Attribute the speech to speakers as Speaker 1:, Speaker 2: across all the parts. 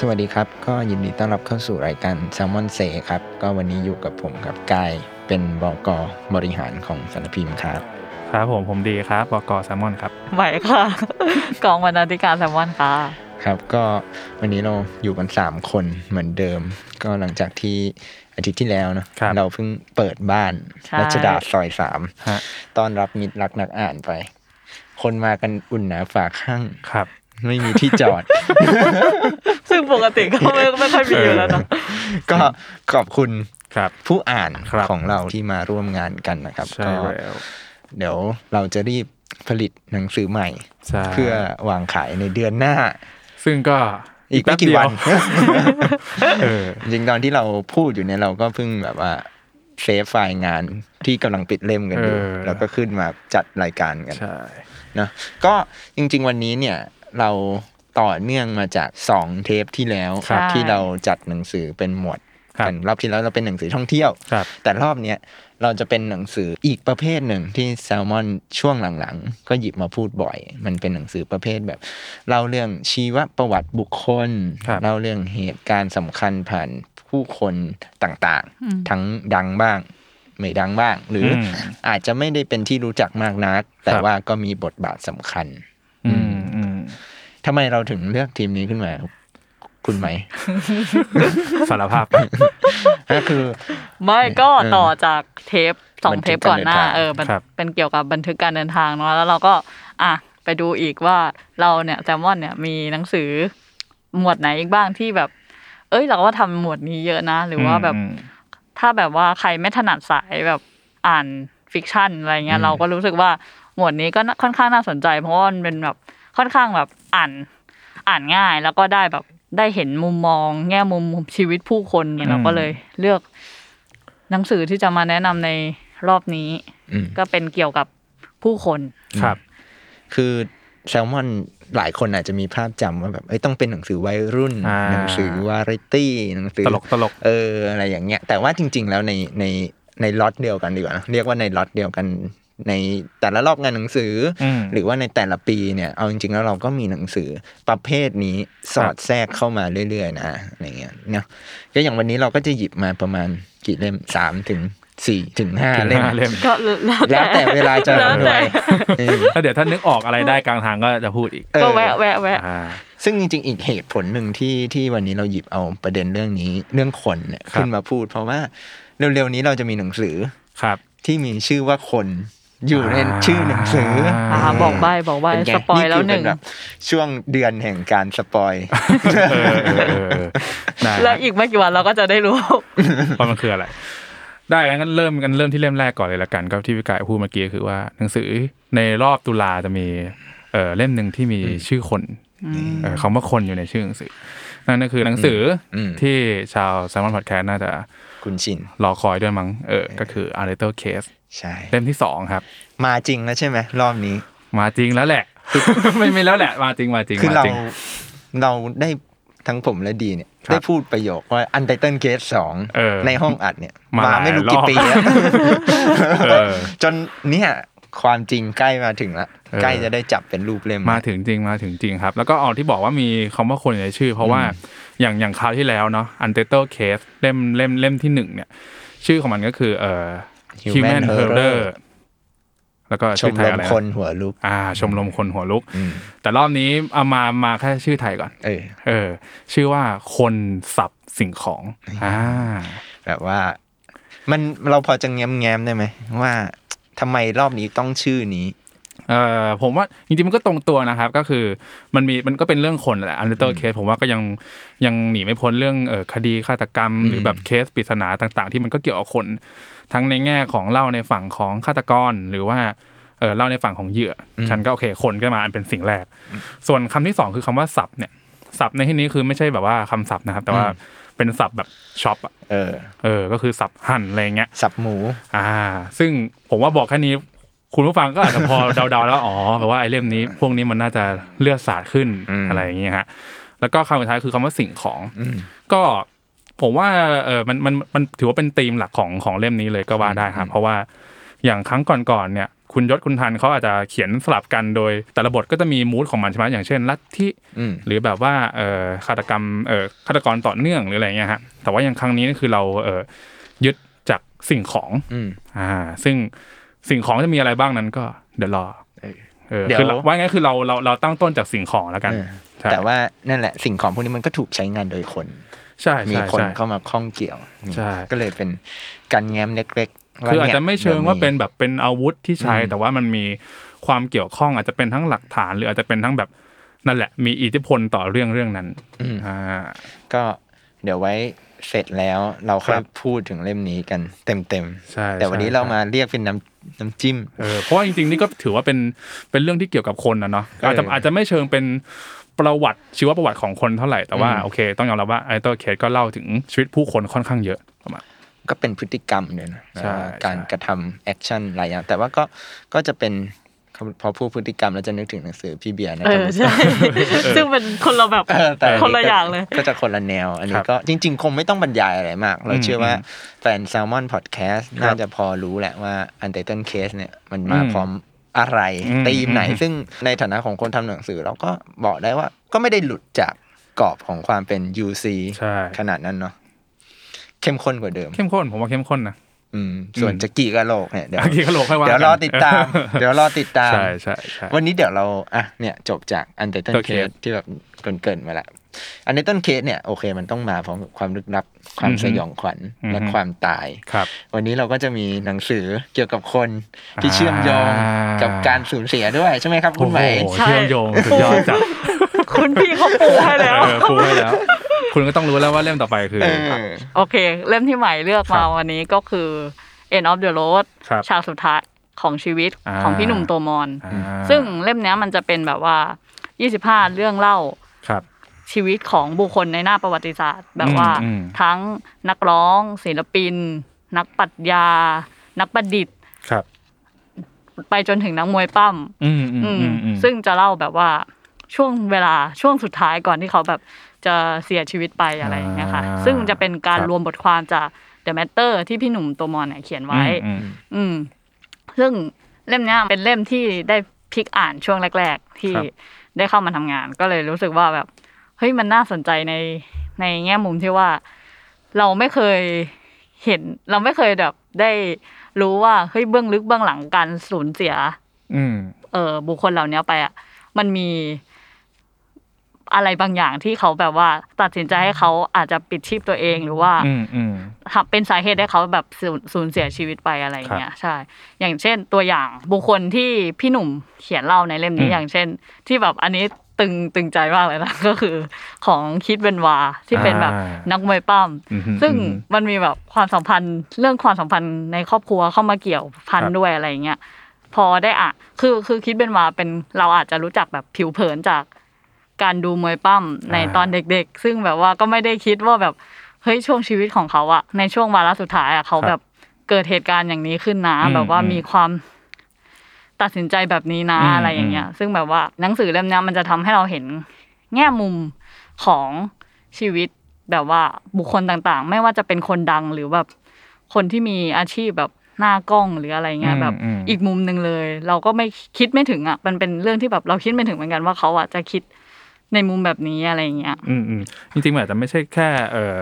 Speaker 1: สวัสดีครับ ก็ยินดีต้อนรับเข้าสู่รายการ s ซ l m o n เซครับ ก็วันนี้อยู่กับผมกับกาย เป็นบอกบริหารของสารพิมพ์ครับ
Speaker 2: ครับผมผมดีครับบกแซมมอนครับ
Speaker 3: ไหวค่ะ กองบรรณาธิการแซมมอนค่ะ
Speaker 1: ครับ ก็วันนี้เราอยู่กัน 3 คนเหมือนเดิม ก็หลังจากที่อาทิตย์ที่แล้วเนอะ
Speaker 2: ครับ
Speaker 1: เราเพิ่งเปิดบ้าน
Speaker 3: ใช่
Speaker 1: รัชดาซอยสาม
Speaker 2: ฮะ
Speaker 1: ต้อนรับมิตรรักนักอ่านไป คนมากันอุ่นหนาฝาข้าง
Speaker 2: ครับ
Speaker 1: ไม่มีที่จอ ด
Speaker 3: ซึ่งปกติก็ไม่ไม่ค่อยมีอยู่แล้วเนอะ
Speaker 1: ก็ขอบคุณ
Speaker 2: ครับ
Speaker 1: ผู้อ่าน
Speaker 2: ครับ
Speaker 1: ของเราที่มาร่วมงานกันนะครับ
Speaker 2: ใช่
Speaker 1: ก็
Speaker 2: แล้ว
Speaker 1: เดี๋ยวเราจะรีบผลิตหนังสือใหม่
Speaker 2: ใช่
Speaker 1: เพื่อวางขายในเดือนหน้า
Speaker 2: ซึ่งก็
Speaker 1: อีกไม่กี่
Speaker 2: แป๊บเดีย
Speaker 1: วัน
Speaker 2: เออ
Speaker 1: จริงๆตอนที่เราพูดอยู่เนี่ยเราก็เพิ่งแบบว่าเซฟไฟล์งานที่กำลังปิดเล่มกันอยู่
Speaker 2: เออ
Speaker 1: แล้วก็ขึ้นมาจัดรายการกัน
Speaker 2: ใช่
Speaker 1: นะก็จริง ๆ วันนี้เนี่ยเราต่อเนื่องมาจากสองเทปที่แล้ว
Speaker 2: ครับ
Speaker 1: ที่เราจัดหนังสือเป็นหมวด
Speaker 2: ครับ
Speaker 1: กันรอบที่แล้วเราเป็นหนังสือท่องเที่ยว
Speaker 2: ครับ
Speaker 1: แต่รอบเนี้ยเราจะเป็นหนังสืออีกประเภทหนึ่งที่แซลมอนช่วงหลังๆ ก็หยิบมาพูดบ่อย มันเป็นหนังสือประเภทแบบเล่าเรื่องชีวประวัติบุคคล
Speaker 2: ครับ
Speaker 1: เล่าเรื่องเหตุการณ์สำคัญผ่านผู้คนต่างๆ ทั้งดังบ้าง ไม่ดังบ้าง หรืออ
Speaker 2: ม
Speaker 1: อาจจะไม่ได้เป็นที่รู้จักมากนัก แต่
Speaker 2: ครับ
Speaker 1: ว่าก็มีบทบาทสำคัญ
Speaker 2: อืมอืม
Speaker 1: ทำไมเราถึงเลือกทีมนี้ขึ้นมา คุณไหม
Speaker 2: สารภาพ
Speaker 1: ก็คือ
Speaker 3: ไม่ก็
Speaker 1: เออ
Speaker 3: ต่อจากเทปสองเทปก่อนหน้า
Speaker 1: บันทึกการเดินทาง
Speaker 3: เออมัน
Speaker 2: ครับ
Speaker 3: เป็นเกี่ยวกับบันทึกการเดินทางเนาะแล้วเราก็อ่ะไปดูอีกว่าเราเนี่ยแซมมอนเนี่ยมีหนังสือหมวดไหนอีกบ้างที่แบบ เอ้ยเราก็ทำหมวดนี้เยอะนะ หรือว่าแบบ
Speaker 2: ม
Speaker 3: ถ้าแบบว่าใครไม่ถนัดสายแบบอ่านฟิกชันอะไรเงี้
Speaker 1: อื
Speaker 3: ย
Speaker 1: ม
Speaker 3: เราก็รู้สึกว่าหมวดนี้ก็น่าค่อนข้างน่าสนใจ เพราะว่ามันเป็นแบบค่อนข้างแบบอ่านอ่านง่าย แล้วก็ได้แบบได้เห็นมุมมอง แง่มุมชีวิตผู้คนเนี่ย
Speaker 2: อืม
Speaker 3: เราก็เลยเลือก หนังสือที่จะมาแนะนำในรอบนี้
Speaker 1: อืม
Speaker 3: ก็เป็นเกี่ยวกับผู้คน
Speaker 2: ครับ
Speaker 1: คือแซลมอนหลายคนอาจจะมีภาพจำว่าแบบเอ้ยต้องเป็นหนังสือวัยรุ่น
Speaker 2: อ่า
Speaker 1: หนังสือวาไรตี้หนังสือ
Speaker 2: ตลกตลก
Speaker 1: เอออะไรอย่างเงี้ยแต่ว่าจริง ๆ แล้วในในในล็อตเดียวกันดีกว่านะเรียกว่าในล็อตเดียวกัน ในแต่ละรอบงานหนังสืออ
Speaker 2: ม
Speaker 1: หรือว่าในแต่ละปีเนี่ยเอาจริง ๆ แล้วเราก็มีหนังสือประเภทนี้สอดแทรกเข้ามาเรื่อย ๆ นะอะไรเงี้ยเนาะก็อย่างวันนี้เราก็จะหยิบมาประมาณกี่เล่มสามถึงสี่ถึงห้า
Speaker 2: ถึง
Speaker 1: เล่ม
Speaker 2: ห้าเล่ม
Speaker 3: ก็
Speaker 1: แล้วแต่เวลาจะ
Speaker 3: แล้
Speaker 1: ร
Speaker 3: ว
Speaker 1: ว
Speaker 3: แต่
Speaker 1: ยเออ
Speaker 2: แล้วเดี๋ยวถ้านึกออกอะไรได้กลางทางก็จะพูดอีก
Speaker 3: ก็แวะแวะแวะ
Speaker 2: อ่า
Speaker 1: ซึ่งจริงๆ อีกเหตุผลหนึ่งที่ที่วันนี้เราหยิบเอาประเด็นเรื่องนี้เรื่องคนเนี่ย
Speaker 2: ครับ
Speaker 1: ขึ้นมาพูด เพราะว่าเร็วๆนี้เราจะมีหนังสือ
Speaker 2: ครับ
Speaker 1: ที่มีชื่อว่าคนอยู่ใน
Speaker 2: อ่า
Speaker 1: ชื่อหนังสือ
Speaker 3: อ่าบอกใบ้บอกใบ้
Speaker 1: เป็นไง
Speaker 3: สปอย
Speaker 1: นี่คื
Speaker 3: แล้วหนึ่ง
Speaker 1: เป็บบช่วงเดือนแห่งการสปอย
Speaker 2: เออเออเออเออได้
Speaker 3: แล้วอีกไม่กี่วันเราก็จะได้รู้
Speaker 2: ว่ามันคืออะไร ได้งั้นเริ่มกันเริ่มที่เล่มแรกก่อนเลยละกันก็ที่พี่กายพูดเมื่อกี้คือว่าหนังสือในรอบตุลาจะมีเอ่อเล่มหนึ่งที่มีชื่อคน เอ่อคำว่าคนอยู่ในชื่อหนังสือ นั่นก็คือหนังสืออที่ชาวแซมมอนพอดแคสต์น่าจะ
Speaker 1: คุณชิน
Speaker 2: รอคอยด้วยมั้งเออก็คือ a r i t l e Case
Speaker 1: ใช่
Speaker 2: เล่มที่สองครับ
Speaker 1: มาจริงแล้วใช่ไหมรอบนี้
Speaker 2: มาจริงแล้วแหละ ไม่ไม่แล้วแหละ มาจริงมาจริง
Speaker 1: คือ
Speaker 2: มา
Speaker 1: เรา
Speaker 2: จริง
Speaker 1: เราได้ทั้งผมและดีเนี่ย
Speaker 2: ครับ
Speaker 1: ได้พูดประโยคว่าอันไตเติลเคสสอง
Speaker 2: เออ
Speaker 1: ในห้องอัดเนี่ย
Speaker 2: มาหลาย
Speaker 1: ไม่รู้กี่
Speaker 2: รอบ
Speaker 1: ปีแล้ว
Speaker 2: เออ
Speaker 1: จนเนี่ย ความจริงใกล้มาถึงละ
Speaker 2: เออ
Speaker 1: ใกล้จะได้จับเป็นรูปเล่ม
Speaker 2: มาถึงจริงมาถึงจริงครับ แล้วก็เอาที่บอกว่ามีคำว่าคนอยู่ในชื่อ เพราะว่าอย่างอย่างคราวที่แล้วเนาะ Untitled Case เล่มเล่มเล่มที่หนึ่งเนี่ย ชื่อของมันก็คือเอ่อ Human Error แล้วก็
Speaker 1: ช
Speaker 2: ชื่
Speaker 1: ม
Speaker 2: อไทย
Speaker 1: ร
Speaker 2: อะ
Speaker 1: ม
Speaker 2: ไร
Speaker 1: คนหัวลุก
Speaker 2: อ่า ชมรมคนหัวลุก
Speaker 1: อืม
Speaker 2: แต่รอบนี้เอามามาแค่ชื่อไทยก่อน
Speaker 1: เออ
Speaker 2: เออ ชื่อว่าคนสับสิ่งของอ่า
Speaker 1: แบบว่า มันเราพอจะแง้มแง้มๆได้ไหมว่าทำไมรอบนี้ต้องชื่อนี้
Speaker 2: เอ่อผมว่าจริงๆมันก็ตรงตัวนะครับ ก็คือมันมีมันก็เป็นเรื่องคนแหละอันเดอร์เคสผมว่าก็ยังยังหนีไม่พ้นเรื่องเอ่อคดีฆาตกรรม หรือแบบเคสปริศนาต่าง ๆ ที่มันก็เกี่ยวกับคน ทั้งในแง่ของเล่าในฝั่งของฆาตกร หรือว่าเอ่อเล่าในฝั่งของเหยื่ออฉันก็โอเคคนก็มาอันเป็นสิ่งแรก ส่วนคำที่สองคือคำว่าศัพท์เนี่ยศัพท์ในที่นี้คือไม่ใช่แบบว่าคำศัพท์นะครับ แต่ว่าเป็นศัพท์แบบช็อปอะ
Speaker 1: เออ
Speaker 2: เออก็คือศัพท์หั่นอะไรเงี้ย
Speaker 1: สับหมู
Speaker 2: อ่า ซึ่งผมว่าบอกแค่นี้ คุณผู้ฟังก็อาจจะพอ เดาๆแล้วอ๋อแบบว่าไอ้เล่มนี้ พวกนี้มันน่าจะเลือดสาดขึ้น
Speaker 1: อืม
Speaker 2: อะไรอย่างเงี้ยฮะแล้วก็คำสุดท้ายคือคำว่าสิ่งของก็ผมว่าเออมันมันมันถือว่าเป็นธีมหลักของของเล่มนี้เลยก็ว่าได้ครับเพราะว่าอย่างครั้งก่อนๆเนี่ย คุณยศคุณทันเขาอาจจะเขียนสลับกันโดย แต่ละบทก็จะมีมูดของมันใช่ไหมอย่างเช่นลัทธิ
Speaker 1: อืม
Speaker 2: หรือแบบว่าเออฆาตกรรมเออฆาตกรต่อเนื่องหรืออะไรเงี้ยฮะแต่ว่าอย่างครั้งนี้นี่คือเราเออยึดจากสิ่งของ
Speaker 1: อืม
Speaker 2: อ่าซึ่งสิ่งของจะมีอะไรบ้างนั้นก็เดี๋ยวรอ
Speaker 1: เออ
Speaker 2: เออ
Speaker 1: เดี๋ยว
Speaker 2: คือเราว่างั้นคือเราเราเราตั้งต้นจากสิ่งของแล้วกัน
Speaker 1: เออ
Speaker 2: ใช่
Speaker 1: แต่ว่านั่นแหละสิ่งของพวกนี้มันก็ถูกใช้งานโดยคน
Speaker 2: ใช่
Speaker 1: มี
Speaker 2: ใช่
Speaker 1: คน
Speaker 2: ใช่
Speaker 1: เข้ามาข้องเกี่ยว
Speaker 2: ใช่
Speaker 1: ก็เลยเป็นการแง้มเล็กๆว่
Speaker 2: คืออาจ
Speaker 1: นี่ย
Speaker 2: จะไม่เชิงว่าเป็น
Speaker 1: ดี๋ย
Speaker 2: แบบเป็นอาวุธที่ใช้ แต่ว่ามันมีความเกี่ยวข้องอาจจะเป็นทั้งหลักฐาน หรืออาจจะเป็นทั้งแบบนั่นแหละ มีอิทธิพลต่อเรื่องเรื่องนั้น
Speaker 1: อืม
Speaker 2: อ่า
Speaker 1: ก็เดี๋ยวไว้เสร็จแล้วเราค่อย
Speaker 2: ครับ
Speaker 1: พูดถึงเล่มนี้กันเต็มๆ
Speaker 2: ใช่
Speaker 1: แต่วันนี้
Speaker 2: ใช่
Speaker 1: เรามาเรียกเป็นน้ำน้ำจิ้ม
Speaker 2: เออเพราะว่าจริงๆนี่ก็ถือว่าเป็นเป็นเรื่องที่เกี่ยวกับคนนะเนาะอาจจะ
Speaker 1: เอออ
Speaker 2: อาจจะไม่เชิงเป็นประวัติชีวประวัติของคนเท่าไหร่แต่ว่าโอเค ต้องยอมรับว่าไอเตอร์เคสก็เล่าถึงชีวิตผู้คนค่อนข้างเยอะประมาณ
Speaker 1: ก็เป็นพฤติกรรมเลยนะ
Speaker 2: ใช่
Speaker 1: การ
Speaker 2: ใช่
Speaker 1: กระทำแอคชั่นหลายอย่างแต่ว่าก็ก็จะเป็นพอพูดพฤติกรรมแล้วจะนึกถึงหนังสือพี่เบียร์นะ
Speaker 3: เอ
Speaker 1: ครับ
Speaker 3: อใช่ ซึ่งเป็นคนเราแบบ
Speaker 1: เออแต่
Speaker 3: คนละอย่างเลย
Speaker 1: ก็จะคนละแนว อันนี้ก็จริง ๆ คงไม่ต้องบรรยายอะไรมาก เรา
Speaker 2: อืม
Speaker 1: เชื่อว่าแฟน s ซ l m o n Podcast น่าจะพอรู้แหละว่า u n t i t l e Case เนี่ยมันมา
Speaker 2: อืม
Speaker 1: พร้อมอะไร
Speaker 2: อืม
Speaker 1: ตีมไหน
Speaker 2: อืม
Speaker 1: ซึ่งในฐานะของคนทำหนังสือ เราก็บอกได้ว่าก็ไม่ได้หลุดจากกรอบของความเป็น UC
Speaker 2: ใช่
Speaker 1: ขนาดนั้นเนาะเข้มข้นกว่าเดิม
Speaker 2: เข้มข้นผมว่าเข้มข้นนะ
Speaker 1: อืม ส่วนจะกี่กะโหลกเนี่ยเดี๋ยว
Speaker 2: อ่ะกี่กะโหลกค่อยว่า
Speaker 1: เดี๋ยวรอติดตาม
Speaker 2: กัน
Speaker 1: เดี๋ยวรอติดตาม
Speaker 2: ใช่ใช่ใช่
Speaker 1: วันนี้เดี๋ยวเราอ่ะเนี่ยจบจากอันเดอร์ตัน
Speaker 2: โอ
Speaker 1: เค
Speaker 2: เค
Speaker 1: สที่แบบเกรินเกินๆมาละอันเดอร์ตันเคสเนี่ยโอเคมันต้องมาพร้อมกับความลึกลับ ความสยองขวัญและความตาย
Speaker 2: ครับ
Speaker 1: วันนี้เราก็จะมีหนังสือเกี่ยวกับคนที่เชื่อมโยง
Speaker 2: อ่ากั
Speaker 1: กับการสูญเสียด้วยใช่ไหมครับคุณไหม
Speaker 2: โอ้โห
Speaker 3: ใช่
Speaker 2: เชื่อมโยงสุดยอดจัด
Speaker 3: คุณพี่เขาปูให้แล้ว
Speaker 2: เออครูให้แล้ว คุณก็ต้องรู้แล้วว่าเล่มต่อไปคือ
Speaker 1: เออ
Speaker 3: โอเค เล่มที่ใหม่เลือกมา
Speaker 2: ครับ
Speaker 3: วันนี้ก็คือ End of the Road
Speaker 2: ครับ
Speaker 3: ฉากสุดท้ายของชีวิต
Speaker 2: อ่า
Speaker 3: ของพี่หนุ่มโตมอน
Speaker 2: อ่า
Speaker 3: ซึ่งเล่มเนี้ยมันจะเป็นแบบว่า 25 เรื่องเล่า
Speaker 2: ครับ
Speaker 3: ชีวิตของบุคคลในหน้าประวัติศาสตร์ แบบว่า
Speaker 2: อืม
Speaker 3: ทั้งนักร้องศิลปิน นักปรัชญา นักประดิษฐ์
Speaker 2: ครับ
Speaker 3: ไปจนถึงนักมวยปั้ม
Speaker 2: อืมอืม
Speaker 3: อืม
Speaker 2: อืมอืม
Speaker 3: ซึ่งจะเล่าแบบว่าช่วงเวลาช่วงสุดท้ายก่อนที่เขาแบบจะเสียชีวิตไปอะไรอย่างเงี้ยค่ะ
Speaker 2: อ่า
Speaker 3: ซึ่งจะเป็นการ
Speaker 2: ครับ
Speaker 3: รวมบทความจาก The Matter ที่พี่หนุ่มโตมอนเนี่ยเขียนไว้
Speaker 2: อืมอืม
Speaker 3: อืม ซึ่งเล่มเนี้ยเป็นเล่มที่ได้พลิกอ่านช่วงแรก ๆ ที่
Speaker 2: ครับ
Speaker 3: ได้เข้ามาทำงาน ก็เลยรู้สึกว่าแบบเฮ้ยมันน่าสนใจในในแง่มุมที่ว่า เราไม่เคยเห็น เราไม่เคยแบบได้รู้ว่าเฮ้ยเบื้องลึกเบื้องหลังการสูญเสีย
Speaker 2: อืม
Speaker 3: เออบุคคลเหล่านี้ไปอ่ะมันมีอะไรบางอย่างที่เขาแบบว่า ตัดสินใจให้เขาอาจจะปิดชีพตัวเองหรือว่า
Speaker 2: อืมอืม
Speaker 3: ทำเป็นสาเหตุให้เขาแบบสูญสูญเสียชีวิตไปอะไรอย่างเงี้ยใช่ อย่างเช่นตัวอย่างบุคคลที่พี่หนุ่มเขียนเล่าในเล่มนี้
Speaker 2: อืม
Speaker 3: อย่างเช่น ที่แบบอันนี้ตึงตึงใจมากเลยนะ ก็คือของคิดเบนวาที่เป็นแบบ
Speaker 2: อ่า
Speaker 3: นักมวยปั้ม
Speaker 2: อือฮึ
Speaker 3: ซึ่ง
Speaker 2: อือฮึ
Speaker 3: มันมีแบบความสัมพันธ์เรื่องความสัมพันธ์ในครอบครัวเข้ามาเกี่ยวพัน
Speaker 2: ครับ
Speaker 3: ด้วยอะไรอย่างเงี้ย พอได้อ่ะ คือคือคิดเป็นว่าเป็นเราอาจจะรู้จักแบบผิวเผินจากการดูมวยปั้มในตอนเด็กๆ ซึ่งแบบว่าก็ไม่ได้คิดว่าแบบเฮ้ยช่วงชีวิตของเขาอะในช่วงวาระสุดท้ายอะเขา
Speaker 2: ครับ
Speaker 3: แบบเกิดเหตุการณ์อย่างนี้ขึ้นนะ
Speaker 2: อืม
Speaker 3: แบบว่า
Speaker 2: อืม
Speaker 3: มีความตัดสินใจแบบนี้นะ
Speaker 2: อืม
Speaker 3: อะไรอย่างเงี้ย ซึ่งแบบว่าหนังสือเล่มเนี้ยมันจะทำให้เราเห็นแง่มุมของชีวิตแบบว่าบุคคลต่างๆ ไม่ว่าจะเป็นคนดังหรือแบบคนที่มีอาชีพแบบ หน้ากล้องหรืออะไรเงี้ย
Speaker 2: อืม
Speaker 3: แบบ
Speaker 2: อืม
Speaker 3: อีกมุมหนึ่งเลย เราก็ไม่คิดไม่ถึงอ่ะมันเป็นเรื่องที่แบบเราคิดไม่ถึงเหมือนกันว่าเขาอ่ะจะคิดในมุมแบบนี้อะไรเงี้ย
Speaker 2: อืมอืมจริงๆมันอาจจะไม่ใช่แค่เอ่อ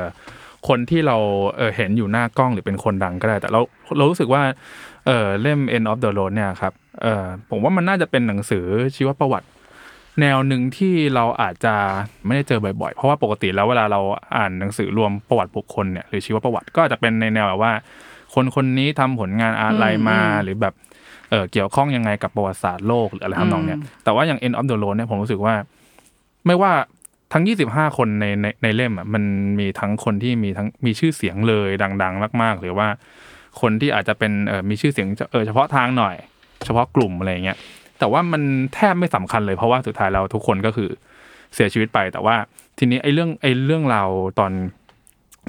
Speaker 2: คนที่เราเอ่อเห็นอยู่หน้ากล้องหรือเป็นคนดังก็ได้ แต่เราเรารู้สึกว่าเอ่อเล่ม End of the Road เนี่ยครับเอ่อผมว่ามันน่าจะเป็นหนังสือชีวประวัติ แนวหนึ่งที่เราอาจจะไม่ได้เจอบ่อยๆ เพราะว่าปกติแล้วเวลาเราอ่านหนังสือรวมประวัติบุคคลเนี่ยหรือชีวประวัติก็อาจจะเป็นในแนวแบบว่า คนคนนี้ทำผลงานอะไรมา
Speaker 3: อืม
Speaker 2: หรือแบบเอ่อเกี่ยวข้องยังไงกับประวัติศาสตร์โลกหรืออะไรทำนองเนี้ยแต่ว่าอย่าง End of the Road เนี่ยผมรู้สึกว่า ไม่ว่าทั้ง 25 คนในในในเล่มอ่ะมันมีทั้งคนที่มีทั้งมีชื่อเสียงเลยดัง ๆ มาก ๆ หรือว่าคนที่อาจจะเป็นเอ่อมีชื่อเสียงเอ่อเฉพาะทางหน่อย เฉพาะกลุ่มอะไรอย่างเงี้ยแต่ว่ามันแทบไม่สำคัญเลยเพราะว่าสุดท้ายเราทุกคนก็คือเสียชีวิตไป แต่ว่าทีนี้ไอ้เรื่องไอ้เรื่องราวตอน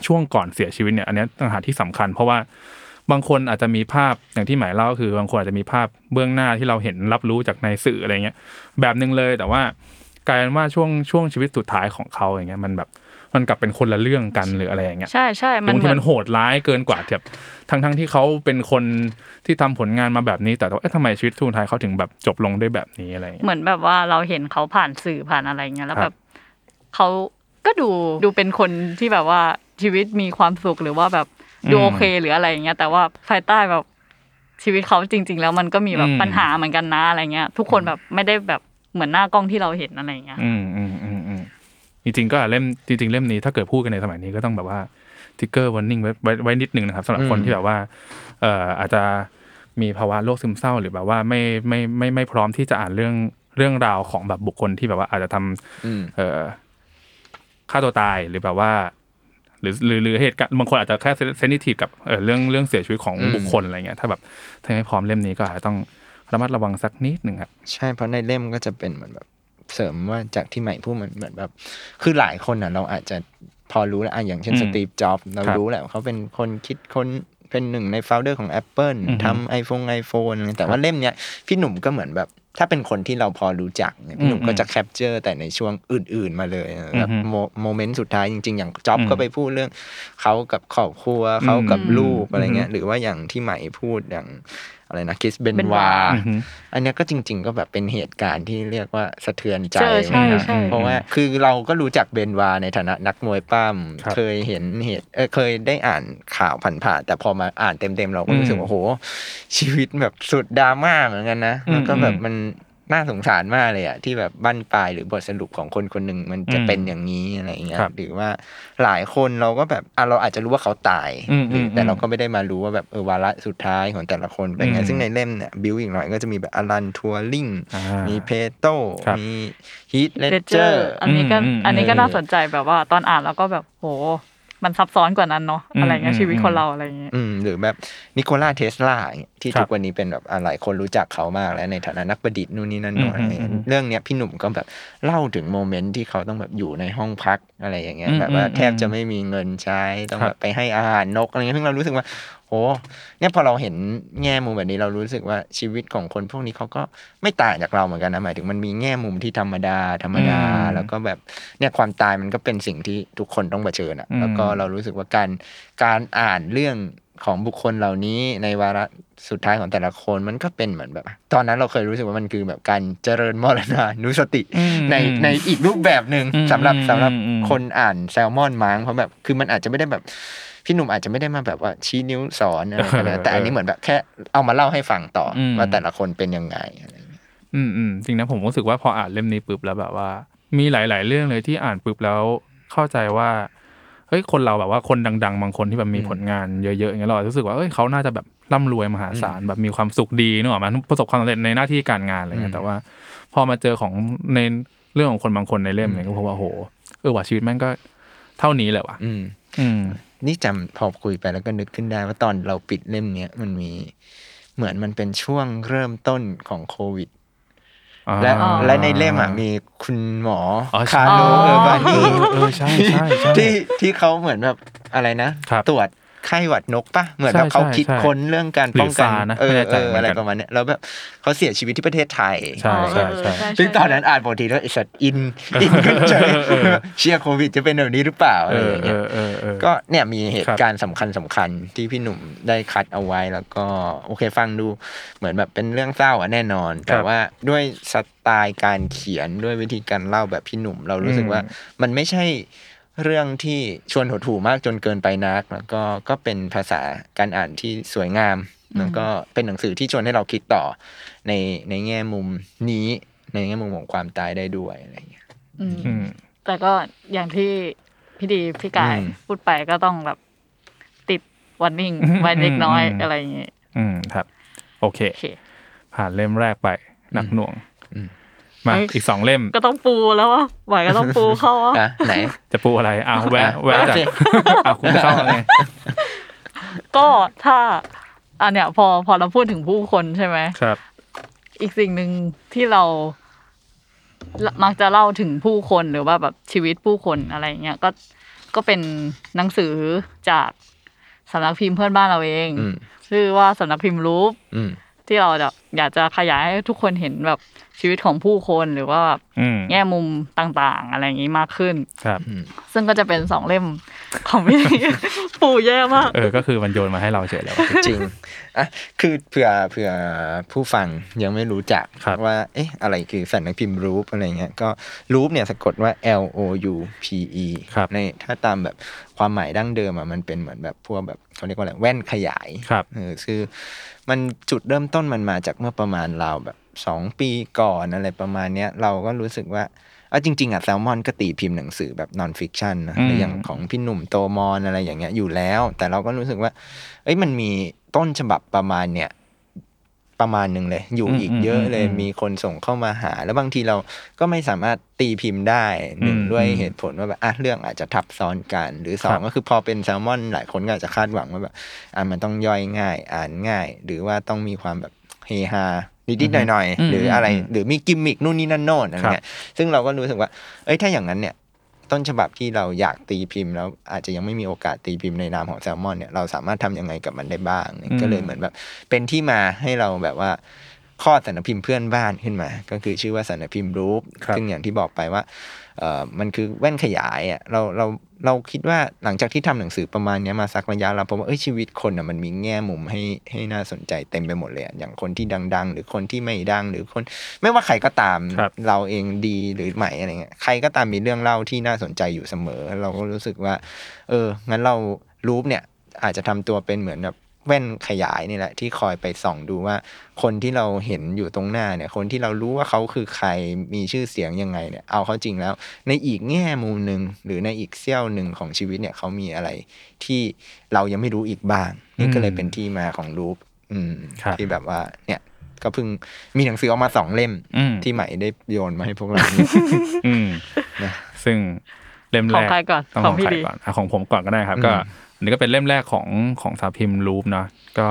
Speaker 2: ช่วงก่อนเสียชีวิตเนี่ย อันเนี้ยต่างหากที่สำคัญ เพราะว่าบางคนอาจจะมีภาพอย่างที่หมายเล่าก็คือบางคนอาจจะมีภาพเบื้องหน้าที่เราเห็นรับรู้จากในสื่ออะไรเงี้ยแบบหนึ่งเลยแต่ว่า กลายเป็นว่าช่วงช่วงชีวิตสุดท้ายของเขาอย่างเงี้ยมันแบบมันกลับเป็นคนละเรื่องกันหรืออะไรอย่างเงี้ย
Speaker 3: ใช่ใช่
Speaker 2: ต
Speaker 3: มั
Speaker 2: ร
Speaker 3: น
Speaker 2: ง
Speaker 3: เหมื
Speaker 2: ที่
Speaker 3: อ
Speaker 2: มัน นโหดร้ายเกินกว่าแบบทั้งทั้งที่เขาเป็นคนที่ทำผลงานมาแบบนี้ แต่ว่าเอ๊ะทำไมชีวิตสุดท้ายเขาถึงแบบจบลงด้วยแบบนี้อะไรอย่าง
Speaker 3: เห
Speaker 2: เงี้ย
Speaker 3: มือนแบบว่าเราเห็นเขาผ่านสื่อผ่านอะไรเงี้ยแล้ว
Speaker 2: ครั
Speaker 3: แบบ บเขาก็ดูดูเป็นคนที่แบบว่าชีวิตมีความสุขหรือว่าแบบดูโอเคหรืออะไรเงี้ยแต่ว่าภายใต้แบบชีวิตเขาจริง ๆ แล้วมันก็มีแบบปัญหาเหมือนกันนะอะไรเงี้ย ทุกคนแบบไม่ได้แบบเหมือนหน้ากล้องที่เราเห็นอะไรเงี้ย
Speaker 2: อืมอืมอืมอืมจริงๆก็เล่มจริง ๆ เล่มนี้ถ้าเกิดพูดกันในสมัยนี้ก็ต้องแบบว่าทิกเกอร์วันนิ่งไว้ไว้ไว้นิดนึงนะครับสำหรับคนที่แบบว่าเอ่ออาจจะมีภาวะโรคซึมเศร้าหรือแบบว่าไม่ไม่ไม่ไม่พร้อมที่จะอ่านเรื่องเรื่องราวของแบบบุคคลที่แบบว่าอาจจะทำ
Speaker 1: อืม
Speaker 2: เอ่อฆ่าตัวตายหรือแบบว่า หรือหรือหรือเหตุการณ์บางคนอาจจะแค่เซนิทีฟกับเอ่อเรื่องเรื่องเสียชีวิตของ
Speaker 1: อืม
Speaker 2: บุคคลอะไรเงี้ยถ้าแบบถ้าไม่พร้อมเล่มนี้ก็อาจจะต้องระมัดระวังสักนิดหนึ่งครับ
Speaker 1: ใช่เพราะในเล่มก็จะเป็นเหมือนแบบเสริมว่าจากที่ใหม่พูดเหมือนเหมือนแบบ คือหลายคนอ่ะ เราอาจจะพอรู้แล้วอ่ะอย่างเช่น
Speaker 2: อืม
Speaker 1: สตีฟจ็อบเรา
Speaker 2: ครับ
Speaker 1: รู้แหละว่าเขาเป็นคนคิดคนเป็นหนึ่งในโฟลเดอร์ของ Apple
Speaker 2: อือฮึ
Speaker 1: ทำ iPhone iPhone อะไรแต่ว่าเล่มเนี้ยพี่หนุ่มก็เหมือนแบบ ถ้าเป็นคนที่เราพอรู้จักเนี่ยพี่หนุ่ม
Speaker 2: อืม
Speaker 1: ก็จะแคปเจอร์แต่ในช่วงอื่น ๆ มาเลยแบบ
Speaker 2: อือฮึ
Speaker 1: โมโมเมนต์สุดท้ายจริง ๆ อย่างจ็อบ
Speaker 2: อืม
Speaker 1: ก็ไปพูดเรื่องเขากับครอบครัวเขากับ
Speaker 3: อืม
Speaker 1: ลูกอะไรเงี้ย
Speaker 2: อือฮึ
Speaker 1: หรือว่าอย่างที่ใหม่พูดอย่างอะไรนะคิสเบนวา
Speaker 2: อือฮึ
Speaker 1: อันเนี้ยก็จริง ๆ ก็แบบเป็นเหตุการณ์ที่เรียกว่าสะเทือนใจ
Speaker 3: ใช่ใช่
Speaker 1: เหมือนกัน
Speaker 3: ใช่
Speaker 1: เพราะว่าคือเราก็รู้จักเบนวาในฐานะนักมวยปั้ม
Speaker 2: ครับ
Speaker 1: เคยเห็นเหตุเออเคยได้อ่านข่าวผ่านๆแต่พอมาอ่านเต็มๆเราก็รู้สึกว่าโห ชีวิตแบบสุดดราม่าเหมือนกันนะแล้วก็แบบมันน่าสงสารมากเลยอะที่แบบบั้นปลายหรือบทสรุปของคนคนหนึ่งมันจะเป็นอย่างนี้อะไรอย่างเงี้ย
Speaker 2: ครับ
Speaker 1: หรือว่าหลายคนเราก็แบบอ่ะเราอาจจะรู้ว่าเขาตาย
Speaker 2: อืม
Speaker 1: หรืออ
Speaker 2: ม
Speaker 1: แต่เรา
Speaker 2: อืม
Speaker 1: ก็ไม่ได้มารู้ว่าแบบเออวาระสุดท้ายของแต่ละคนเป็นไง
Speaker 2: อืม
Speaker 1: ซึ่งในเล่มเนี่ยบิวอีกหน่อยก็จะมีแบบอลันทัวริง
Speaker 2: อ่ามี
Speaker 1: มีเพโต
Speaker 2: ครับ
Speaker 1: มีฮีทเล
Speaker 3: เล
Speaker 1: เจ
Speaker 3: เจ
Speaker 1: อ
Speaker 3: อ
Speaker 1: ร์
Speaker 3: ร์อันนี้ก็
Speaker 2: อืมอืม
Speaker 3: อันนี้ก็
Speaker 1: เออ
Speaker 3: น่าสนใจแบบว่าตอนอ่านแล้วก็แบบโหมันซับซ้อนกว่านั้นเนาะอะไรเงี้
Speaker 2: อื
Speaker 3: ย
Speaker 2: ม
Speaker 3: ชีวิต
Speaker 2: อืม
Speaker 3: คนเราอะไรเงี้ย
Speaker 1: อืมหรือแบบนิโคลาเทสลาอย่างเงี้ยที่
Speaker 2: ครับ
Speaker 1: ทุกวันนี้เป็นแบบอ่ะหลายคนรู้จักเขามากและในฐานะนักประดิษฐ์นู่นนี่นั่นหน่อย
Speaker 2: อืมอืมอืม
Speaker 1: เรื่องเนี้ยพี่หนุ่มก็แบบเล่าถึงโมเมนต์ที่เขาต้องแบบอยู่ในห้องพักอะไรอย่างเงี้ย
Speaker 2: อืม
Speaker 1: แบบว่า
Speaker 2: อืม
Speaker 1: แทบจะไม่มีเงินใช้ต้อง
Speaker 2: ครับ
Speaker 1: แบบไปให้อาหารนกอะไรเงี้ยซึ่งเรารู้สึกว่าโหเนี่ยพอเราเห็นแง่มุมแบบนี้เรารู้สึกว่าชีวิตของคนพวกนี้เขาก็ไม่ต่างจากเราเหมือนกันนะหมายถึงมันมีแง่มุมที่ธรรมดาธรรมดา
Speaker 2: อืม
Speaker 1: แล้วก็แบบเนี่ยความตายมันก็เป็นสิ่งที่ทุกคนต้องเผชิญอะ
Speaker 2: อืม
Speaker 1: แล้วก็เรารู้สึกว่าการการอ่านเรื่องของบุคคลเหล่านี้ในวาระสุดท้ายของแต่ละคนมันก็เป็นเหมือนแบบ ตอนนั้นเราเคยรู้สึกว่ามันคือแบบการเจริญมรณานุสติ
Speaker 2: อืม
Speaker 1: ในในอีกรูปแบบหนึ่ง
Speaker 2: อืม
Speaker 1: สำหรับ
Speaker 2: อืม
Speaker 1: สำหรับ
Speaker 2: อืม
Speaker 1: คนอ่านแซลมอนมั้งเพราะแบบคือมันอาจจะไม่ได้แบบพี่หนุ่มอาจจะไม่ได้มาแบบว่าชี้นิ้วสอนอะไรก็แล้วแต่อันนี้เหมือนแบบแค่เอามาเล่าให้ฟังต่ออ
Speaker 2: ม
Speaker 1: ว่าแต่ละคนเป็นยังไงอะไรอย่างเงี้ย
Speaker 2: อืมอืมจริงนะผมรู้สึกว่าพออ่านเล่มนี้ปุ๊บแล้วแบบว่า มีหลาย ๆ เรื่องเลยที่อ่านปุ๊บแล้วเข้าใจว่าเฮ้ยคนเราแบบว่าคนดัง ๆ บางคนที่แบบมีผลงานเยอะๆอย่างเงี้ยเราอาจจะรู้สึกว่าเอ้ยเขาน่าจะแบบร่ำรวยมหาศาลแบบมีความสุขดีเนกอะมันประสบความสำเร็จในหน้าที่การงานอะไรเงี้ยแต่ว่า พอมาเจอของในเรื่องของคนบางคนในเล่มเนี่ยก็พบว่าโหเออว่าชีวิตแม่งก็เท่านี้แหละว่ะ
Speaker 1: อืม
Speaker 2: อืม
Speaker 1: นี่จำพอคุยไปแล้วก็นึกขึ้นได้ว่าตอนเราปิดเล่มเนี้ยมันมีเหมือนมันเป็นช่วงเริ่มต้นของโควิด และ
Speaker 3: อ๋อ
Speaker 1: และในเล่มอ่ะมีคุณหมออ
Speaker 2: อใช่
Speaker 1: คาร์โลเออร์บานี
Speaker 2: เออใช่ใช่ใช่
Speaker 1: ที่ที่เขาเหมือนแบบอะไรนะ
Speaker 2: ครับ
Speaker 1: ตรวจ ไข้หวัดนกปะเหมือนแบบเขา
Speaker 2: ใช่ใช่
Speaker 1: คิดค้นเรื่องการป้องกัน
Speaker 2: หรือซานะ
Speaker 1: เออ
Speaker 2: ไม่แน่ใจ
Speaker 1: เออ
Speaker 2: เหมือนกัน
Speaker 1: อะไรประมาณเนี้ยแล้วแบบเขาเสียชีวิตที่ประเทศไทย
Speaker 2: ใช่ใช่ใช่
Speaker 1: ซึ่งตอนนั้นอ่านบททีแล้วไอสัตว์อินอินขึ้นใจ
Speaker 2: เออ
Speaker 1: เชียร์โควิดจะเป็นแบบนี้หรือเปล่าอะไรอย่างเงี้ย
Speaker 2: เออเออเออ
Speaker 1: ก็เนี่ยมีเหตุการณ์สำคัญสคัญๆที่พี่หนุ่มได้คัดเอาไว้แล้วก็โอเคฟังดูเหมือนแบบเป็นเรื่องเศร้าอะแน่นอน แต่ว่าด้วยสไตล์การเขียนด้วยวิธีการเล่าแบบพี่หนุ่ม เรารู้สึกว่ามันไม่ใช่เรื่องที่ชวนหดหู่มากจนเกินไปนัก แล้วก็ก็เป็นภาษาการอ่านที่สวยงามแล้วก็เป็นหนังสือที่ชวนให้เราคิดต่อในในแง่มุมนี้ในแง่มุมของความตายได้ด้วยอะไรอย่างเงี้ย
Speaker 3: อืม
Speaker 2: อืม
Speaker 3: แต่ก็อย่างที่พี่ดีพี่กาย
Speaker 1: อืม
Speaker 3: พูดไปก็ต้องแบบติดวันนิ่งไว้เล็กน้อย
Speaker 2: อืม
Speaker 3: อะไรอย่างเงี้ย
Speaker 2: อืมครับ โอเค
Speaker 3: โอเค
Speaker 2: ผ่านเล่มแรกไปหนักหน่วง
Speaker 1: อืม
Speaker 2: มา
Speaker 3: เอ้ย
Speaker 2: อีกสองเล่ม
Speaker 3: ก็ต้องปูแล้วว่าไหวก็ต้องปูเข้าว่า
Speaker 1: อ่ะไหน
Speaker 2: จะปูอะไรอ้าวแวะแวะ
Speaker 1: โอ
Speaker 2: จาก
Speaker 1: เค
Speaker 2: อ้าวคุณเข้ามาไง
Speaker 3: ก็ถ้าอันเนี้ยพอพอเราพูดถึงผู้คนใช่ไหม
Speaker 2: ครับ
Speaker 3: อีกสิ่งหนึ่งที่เรา มักจะเล่าถึงผู้คนหรือว่าแบบชีวิตผู้คนอะไรเงี้ยก็ก็เป็นหนังสือจากสำนักพิมพ์เพื่อนบ้านเราเอง
Speaker 1: อืม
Speaker 3: ชื่อว่าสำนักพิมพ์รูป
Speaker 1: อืม
Speaker 3: ที่เราแบบอยากจะขยายให้ทุกคนเห็นแบบชีวิตของผู้คนหรือว่าแบบ
Speaker 2: อืม
Speaker 3: แง่มุมต่าง ๆ อะไรอย่างนี้มากขึ้น
Speaker 2: ครับ
Speaker 3: ซึ่งก็จะเป็นสองเล่มของพี่ ปู่แย่มาก
Speaker 2: เออ ก็คือมันโยนมาให้เราเฉยแล้ว
Speaker 1: จริงอ่ะคือเผื่อเผื่อผู้ฟังยังไม่รู้จัก
Speaker 2: ครับ
Speaker 1: ว่า เอ๊ะ อะไรคือสัญลักษณ์พิมพ์รูปอะไรเงี้ย ก็รูปเนี่ยสะกดว่า L O U P E
Speaker 2: ครับ
Speaker 1: ในถ้าตามแบบความหมายดั้งเดิมอ่ะมันเป็นเหมือนแบบพวกแบบเขาเรียกว่าอะไรแว่นขยาย
Speaker 2: ครับ
Speaker 1: เออคือ มันจุดเริ่มต้นมันมาจากเมื่อประมาณเราวแบบสองปีก่อนอะไรประมาณเนี้ยเราก็รู้สึกว่าเอาจริง ๆอ่ะแซลมอนก็ตีพิมพ์หนังสือแบบนอนฟิกชันนะ
Speaker 2: อื
Speaker 1: ห
Speaker 2: ม
Speaker 1: รืออย่างของพี่หนุ่มโตมอนอะไรอย่างเงี้ยอยู่แล้ว แต่เราก็รู้สึกว่า เอ้ยมันมีต้นฉบับประมาณเนี่ย ประมาณหนึ่งเลย อยู่
Speaker 2: อืม
Speaker 1: อีกเยอะเลย
Speaker 2: อืมอืม
Speaker 1: มีคนส่งเข้ามาหา แล้วบางทีเราก็ไม่สามารถตีพิมพ์ได้หนึ่ง
Speaker 2: อืม
Speaker 1: ด้วย
Speaker 2: อืม
Speaker 1: เหตุผลว่าแบบอ่ะเรื่องอาจจะทับซ้อนกัน หรือสอ
Speaker 2: ครั
Speaker 1: ง
Speaker 2: บ
Speaker 1: ก็คือพอเป็นแซลมอน หลายคนก็อาจจะคาดหวังว่าแบบอ่ะมันต้องย่อยง่าย อ่านง่าย หรือว่าต้องมีความแบบเฮฮานิดๆหน่อย
Speaker 2: อื
Speaker 1: ๆ
Speaker 2: ม
Speaker 1: หรืออะไร
Speaker 2: อืมอืม
Speaker 1: หรือมีกิมมิกนู่นนี่นั่นโน่นอะไร
Speaker 2: ครับ
Speaker 1: เงี้ยซึ่งเราก็รู้สึกว่า เอ้ยถ้าอย่างนั้นเนี่ย ต้นฉบับที่เราอยากตีพิมพ์แล้วอาจจะยังไม่มีโอกาสตีพิมพ์ในนามของแซลมอนเนี่ยเราสามารถทำยังไงกับมันได้บ้างเนี่ย
Speaker 2: อืม
Speaker 1: ก็เลยเหมือนแบบ เป็นที่มาให้เราแบบว่าข้อสำนักพิมพ์เพื่อนบ้านขึ้นมา ก็คือชื่อว่าสำนักพิมพ์รูป
Speaker 2: ครับ
Speaker 1: ซึ่งอย่างที่บอกไปว่าเอ่อมันคือแว่นขยายอ่ะเราเราเราคิดว่าหลังจากที่ทำหนังสือประมาณเนี้ยมาสักระยะเราพบว่าเอ้ยชีวิตคนอ่ะมันมีแง่มุมให้ให้น่าสนใจเต็มไปหมดเลยอะอย่างคนที่ดัง ๆ หรือคนที่ไม่ดังหรือคน ไม่ว่าใครก็ตาม
Speaker 2: ครับ
Speaker 1: เราเองดีหรือใหม่อะไรเงี้ยใครก็ตามมีเรื่องเล่าที่น่าสนใจอยู่เสมอ เราก็รู้สึกว่า เออ งั้นเรารูปเนี่ยอาจจะทำตัวเป็นเหมือนแบบแว่นขยายนี่แหละที่คอยไปส่องดูว่า คนที่เราเห็นอยู่ตรงหน้าเนี่ย คนที่เรารู้ว่าเขาคือใครมีชื่อเสียงยังไงเนี่ยเอาเขาจริงแล้ว ในอีกแง่มุมหนึ่งหรือในอีกเสี้ยวหนึ่งของชีวิตเนี่ยเขามีอะไรที่เรายังไม่รู้อีกบ้าง นี่ก็เลยเป็นที่มาของรูป อืม
Speaker 2: ครับ
Speaker 1: ที่แบบว่าเนี่ยก็เพิ่งมีหนังสือออกมาสองเล่ม
Speaker 2: อืม
Speaker 1: ที่ใหม่ได้โยนมาให้พวกเรา
Speaker 2: อืม
Speaker 1: นะ
Speaker 2: ซึ่งเล่มแรก
Speaker 3: ของใครก่อน
Speaker 2: ต้
Speaker 3: ของพี่
Speaker 2: ใคร
Speaker 3: ดี
Speaker 2: ก่อนอ่ะของผมก่อนก็ได้ครับ ก็
Speaker 1: อืม
Speaker 2: อันนี้ก็เป็นเล่มแรกของของสาพิมพ์รูปเนาะก็